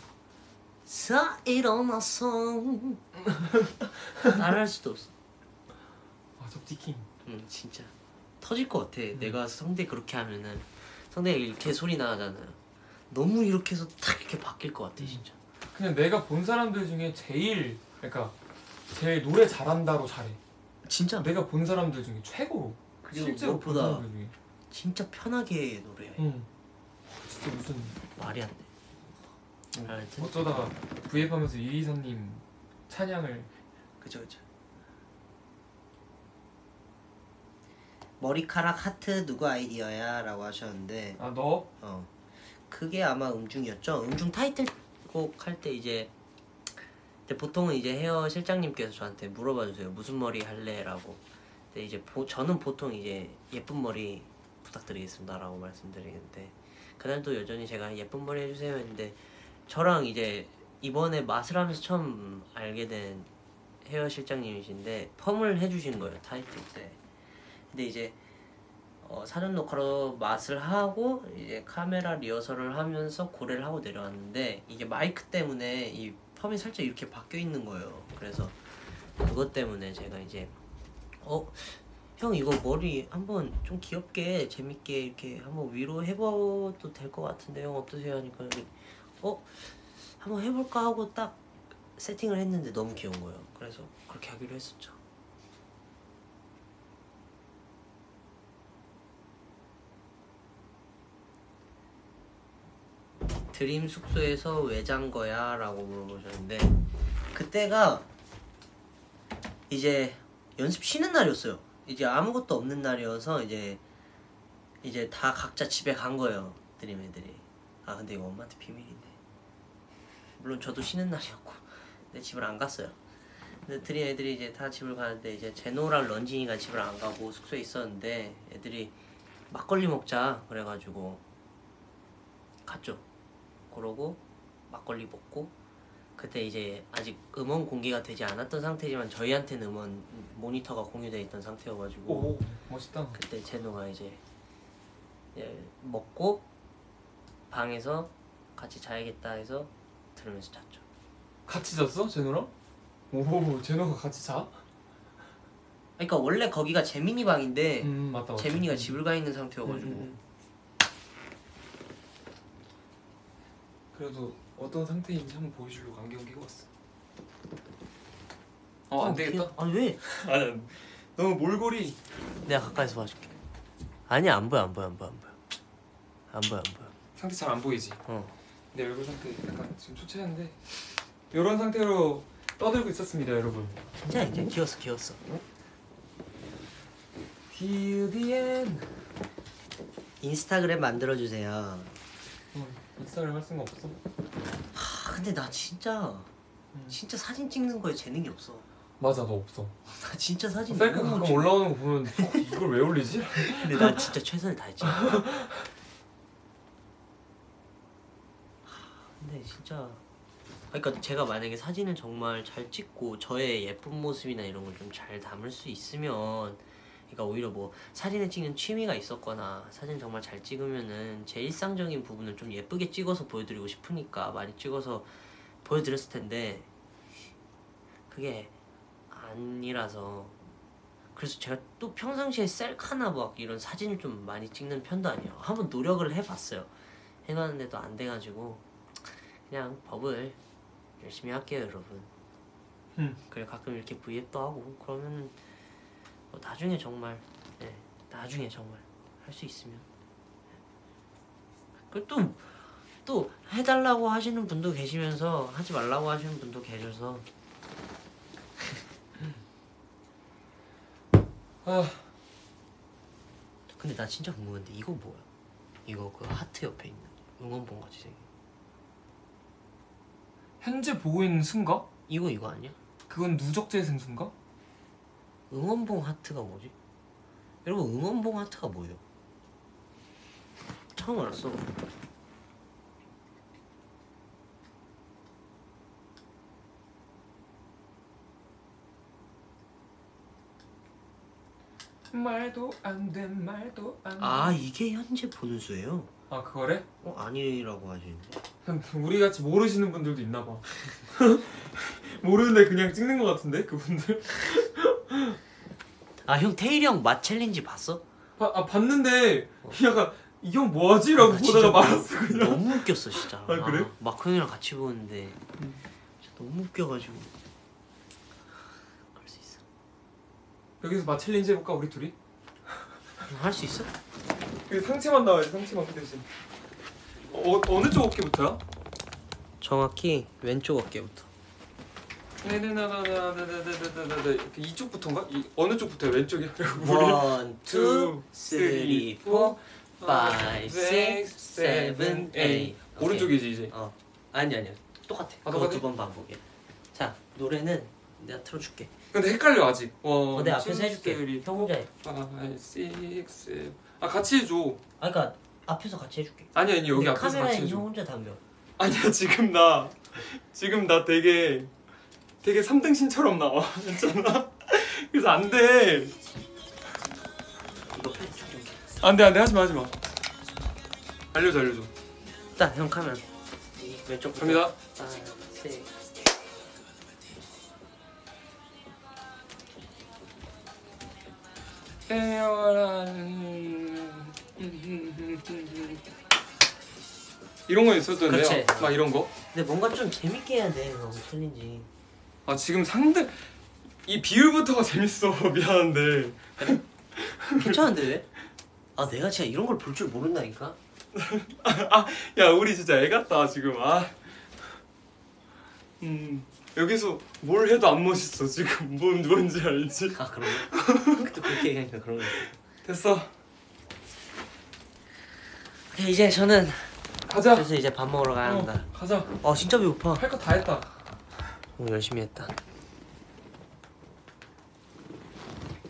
A: 자 일어나서 따라할 수도 없어.
C: 아 접디킹.
A: 응 진짜 터질 것 같아. 내가 성대 그렇게 하면은 성대가 이렇게 소리 나잖아. 너무 이렇게 해서 탁 이렇게 바뀔 것 같아 진짜.
C: 그냥 내가 본 사람들 중에 제일 그러니까 제일 노래 잘한다로 잘해.
A: 진짜
C: 내가 본 사람들 중에 최고로.
A: 그리고
C: 실제로 본
A: 무엇보다-
C: 사람들 중에.
A: 진짜 편하게 노래해.
C: 응. 진짜 무슨
A: 말이 안 돼. 하여튼
C: 어쩌다가 브이앱 하면서 유이사님 찬양을
A: 그죠 그죠. 머리카락 하트 누구 아이디어야라고 하셨는데
C: 아 너?
A: 어 그게 아마 음중이었죠. 음중 타이틀곡 할 때 이제 근데 보통은 이제 헤어 실장님께서 저한테 물어봐 주세요. 무슨 머리 할래라고. 근데 이제 보, 저는 보통 이제 예쁜 머리 부탁드리겠습니다라고 말씀드리는데 그날도 여전히 제가 예쁜 머리 해주세요 했는데 저랑 이제 이번에 맛을 하면서 처음 알게 된 헤어 실장님이신데 펌을 해주신 거예요 타이틀 때. 근데 이제 어, 사전 녹화로 맛을 하고 이제 카메라 리허설을 하면서 고래를 하고 내려왔는데 이게 마이크 때문에 이 펌이 살짝 이렇게 바뀌어 있는 거예요. 그래서 그것 때문에 제가 이제 어. 형 이거 머리 한번 좀 귀엽게 재밌게 이렇게 한번 위로 해봐도 될 것 같은데 형 어떠세요 하니까 형이 어 한번 해볼까 하고 딱 세팅을 했는데 너무 귀여운 거예요 그래서 그렇게 하기로 했었죠 드림 숙소에서 왜 잔 거야? 라고 물어보셨는데 그때가 이제 연습 쉬는 날이었어요. 이제 아무것도 없는 날이어서 이제 이제 다 각자 집에 간 거예요. 드림 애들이. 아 근데 이거 엄마한테 비밀인데. 물론 저도 쉬는 날이었고 근데 집을 안 갔어요. 근데 드림 애들이 이제 다 집을 가는데 이제 제노랑 런진이가 집을 안 가고 숙소에 있었는데 애들이 막걸리 먹자 그래가지고 갔죠. 그러고 막걸리 먹고 그때 이제 아직 음원 공개가 되지 않았던 상태지만 저희한테는 음원 모니터가 공유돼 있던 상태여가지고
C: 오 멋있다.
A: 그때 제노가 이제 예, 먹고 방에서 같이 자야겠다 해서 들으면서 잤죠.
C: 같이 잤어 제노랑? 오 제노가 같이 자?
A: 그러니까 원래 거기가 재민이 방인데
C: 음 맞다 맞다.
A: 재민이가 집을 가 있는 상태여가지고
C: 음, 음,
B: 그래도 어떤 상태인지 한번 보여주려고 안경 끼고 왔어.
C: 어 안 되겠다.
A: 아니 왜?
C: 아니 너무 몰골이.
A: 내가 가까이서 봐줄게. 아니 안 보여 안 보여 안 보여 안 보여 안 보여 안 보여.
C: 상태 잘 안 보이지?
A: 어.
C: 내 얼굴 상태 약간 지금 초췌한데 이런 상태로 떠들고 있었습니다 여러분
A: 진짜 이제 귀여웠어 귀여웠어.
C: Till the end
A: 인스타그램 만들어 주세요.
C: 인스타를 어, 할 수가 없어
A: 아 근데 나 진짜
C: 음.
A: 진짜 사진 찍는 거에 재능이 없어.
C: 맞아 너 없어
A: 나 진짜 사진
C: 셀카
A: 너무
C: 가끔
A: 못
C: 올라오는 거 보면 이걸 왜 올리지?
A: 근데 난 진짜 최선을 다했지. 하, 근데 진짜 그러니까 제가 만약에 사진을 정말 잘 찍고 저의 예쁜 모습이나 이런 걸 좀 잘 담을 수 있으면 그러니까 오히려 뭐 사진을 찍는 취미가 있었거나 사진 정말 잘 찍으면은 제 일상적인 부분을 좀 예쁘게 찍어서 보여드리고 싶으니까 많이 찍어서 보여드렸을 텐데 그게 아니라서 그래서 제가 또 평상시에 셀카나 막 이런 사진을 좀 많이 찍는 편도 아니에요. 한번 노력을 해봤어요. 해봤는데도 안 돼가지고 그냥 법을 열심히 할게요, 여러분.
C: 음.
A: 그래 가끔 이렇게 브이앱도 하고 그러면은 뭐 나중에 정말 예, 나중에 정말 할 수 있으면 예. 그또또 또 해달라고 하시는 분도 계시면서 하지 말라고 하시는 분도 계셔서 근데 나 진짜 궁금한데 이거 뭐야? 이거 그 하트 옆에 있는 응원봉 같이 생긴 거.
C: 현재 보고 있는 순가?
A: 이거 이거 아니야?
C: 그건 누적재생 순가?
A: 응원봉 하트가 뭐지? 여러분 응원봉 하트가 뭐예요? 처음 알았어.
C: 말도 안 돼 말도
A: 아
C: 안돼아
A: 이게 현재 보는 수예요?
C: 아, 그거래?
A: 어 아니라고 하시는데.
C: 음. 우리같이 모르시는 분들도 있나봐 모르는데 그냥 찍는 거 같은데 그분들
A: 아 형 테일이 형 맛 챌린지 봤어?
C: 바, 아 봤는데 약간 이 형 뭐하지? 라고
A: 나 진짜
C: 보다가 아, 말았어 그냥
A: 너무 웃겼어 진짜.
C: 아, 그래?
A: 마크 형이랑 같이 보는데
C: 음.
A: 진짜 너무 웃겨가지고. 그럴 수 있어.
C: 여기서 맛 챌린지 해볼까 우리 둘이?
A: 할 수 있어?
C: 그 상체만 나와야지 상체만 그 대신 어, 어느 쪽 어깨부터야?
A: 정확히 왼쪽 어깨부터.
C: 네네네네네네네네네네 이렇게 이쪽부터인가? 이, 어느 쪽부터야 왼쪽이야?
A: One, two,
C: two,
A: three,
C: three,
A: four,
C: four,
A: five, six, seven, eight.
C: 오른쪽이지 이제
A: 어, 아니 아니야. 똑같아.
C: 아,
A: 그거
C: 똑같아?
A: 두번 반복이야. 자, 노래는 내가 틀어줄게.
C: 근데 헷갈려 아직 어,
A: 어, 내가 앞에서 해줄게. 형 혼자 해.
C: five, six, seven 아 같이 해줘
A: 아, 그러니까 앞에서 같이 해줄게.
C: 아니 아니 여기
A: 근데
C: 앞에서
A: 카메라에
C: 같이 해줘
A: 형 혼자 담겨.
C: 아니야 지금 나 지금 나 되게 되게 3등신처럼 나와 있잖아 그래서 안돼
A: 이거 편집 좀. 해.
C: 안돼 안돼 하지마 하지마 알려줘 알려줘
A: 일단 형 카메라. 이 왼쪽.
C: 갑니다 이런 거 있었던데요
A: 그렇지.
C: 막 이런 거
A: 근데 뭔가 좀 재밌게 해야 돼. 형 챌린지.
C: 아 지금 상대 이 비율부터가 재밌어 미안한데
A: 괜찮은데 왜? 아, 내가 진짜 이런 걸 볼 줄 모른다니까.
C: 야 우리 진짜 애 같다 지금 아 음.
E: 여기서 뭘 해도 안 멋있어 지금 뭔 뭔지 알지?
A: 아 그런 거? 또 그렇게 얘기하니까 그런 거
E: 됐어
A: 오케이 이제 저는
C: 가자.
A: 그래서 이제 밥 먹으러 가야
C: 어,
A: 한다
C: 가자.
A: 아 진짜 배고파
C: 할 거 다 했다.
A: 오늘 열심히 했다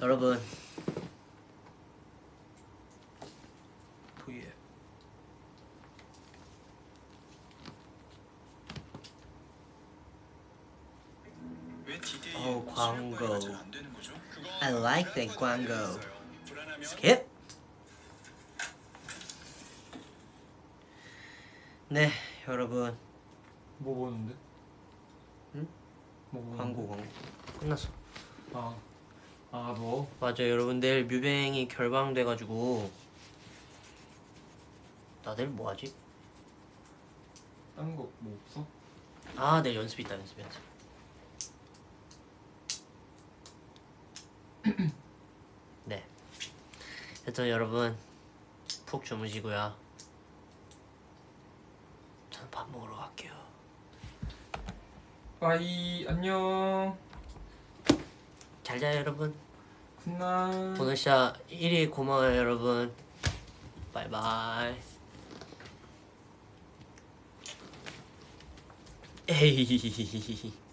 A: 여러분
C: 예.
A: 어 광고 I like that 광고 Skip 네 여러분
C: 뭐 보는데?
A: 응?
C: 뭐 보는데?
A: 광고 광고 끝났어
C: 아. 아 뭐?
A: 맞아요 여러분 내일 뮤뱅이 결방돼가지고 나 내일 뭐하지?
C: 딴 거 뭐 없어?
A: 아 내일 연습 있다 연습 연습 네 여튼 여러분 푹 주무시고요 저는 밥 먹으러 갈게요
C: 바이 안녕.
A: 잘 자요 여러분
C: 굿나잇.
A: 보너샤 1위 고마워요 여러분 바이바이 에이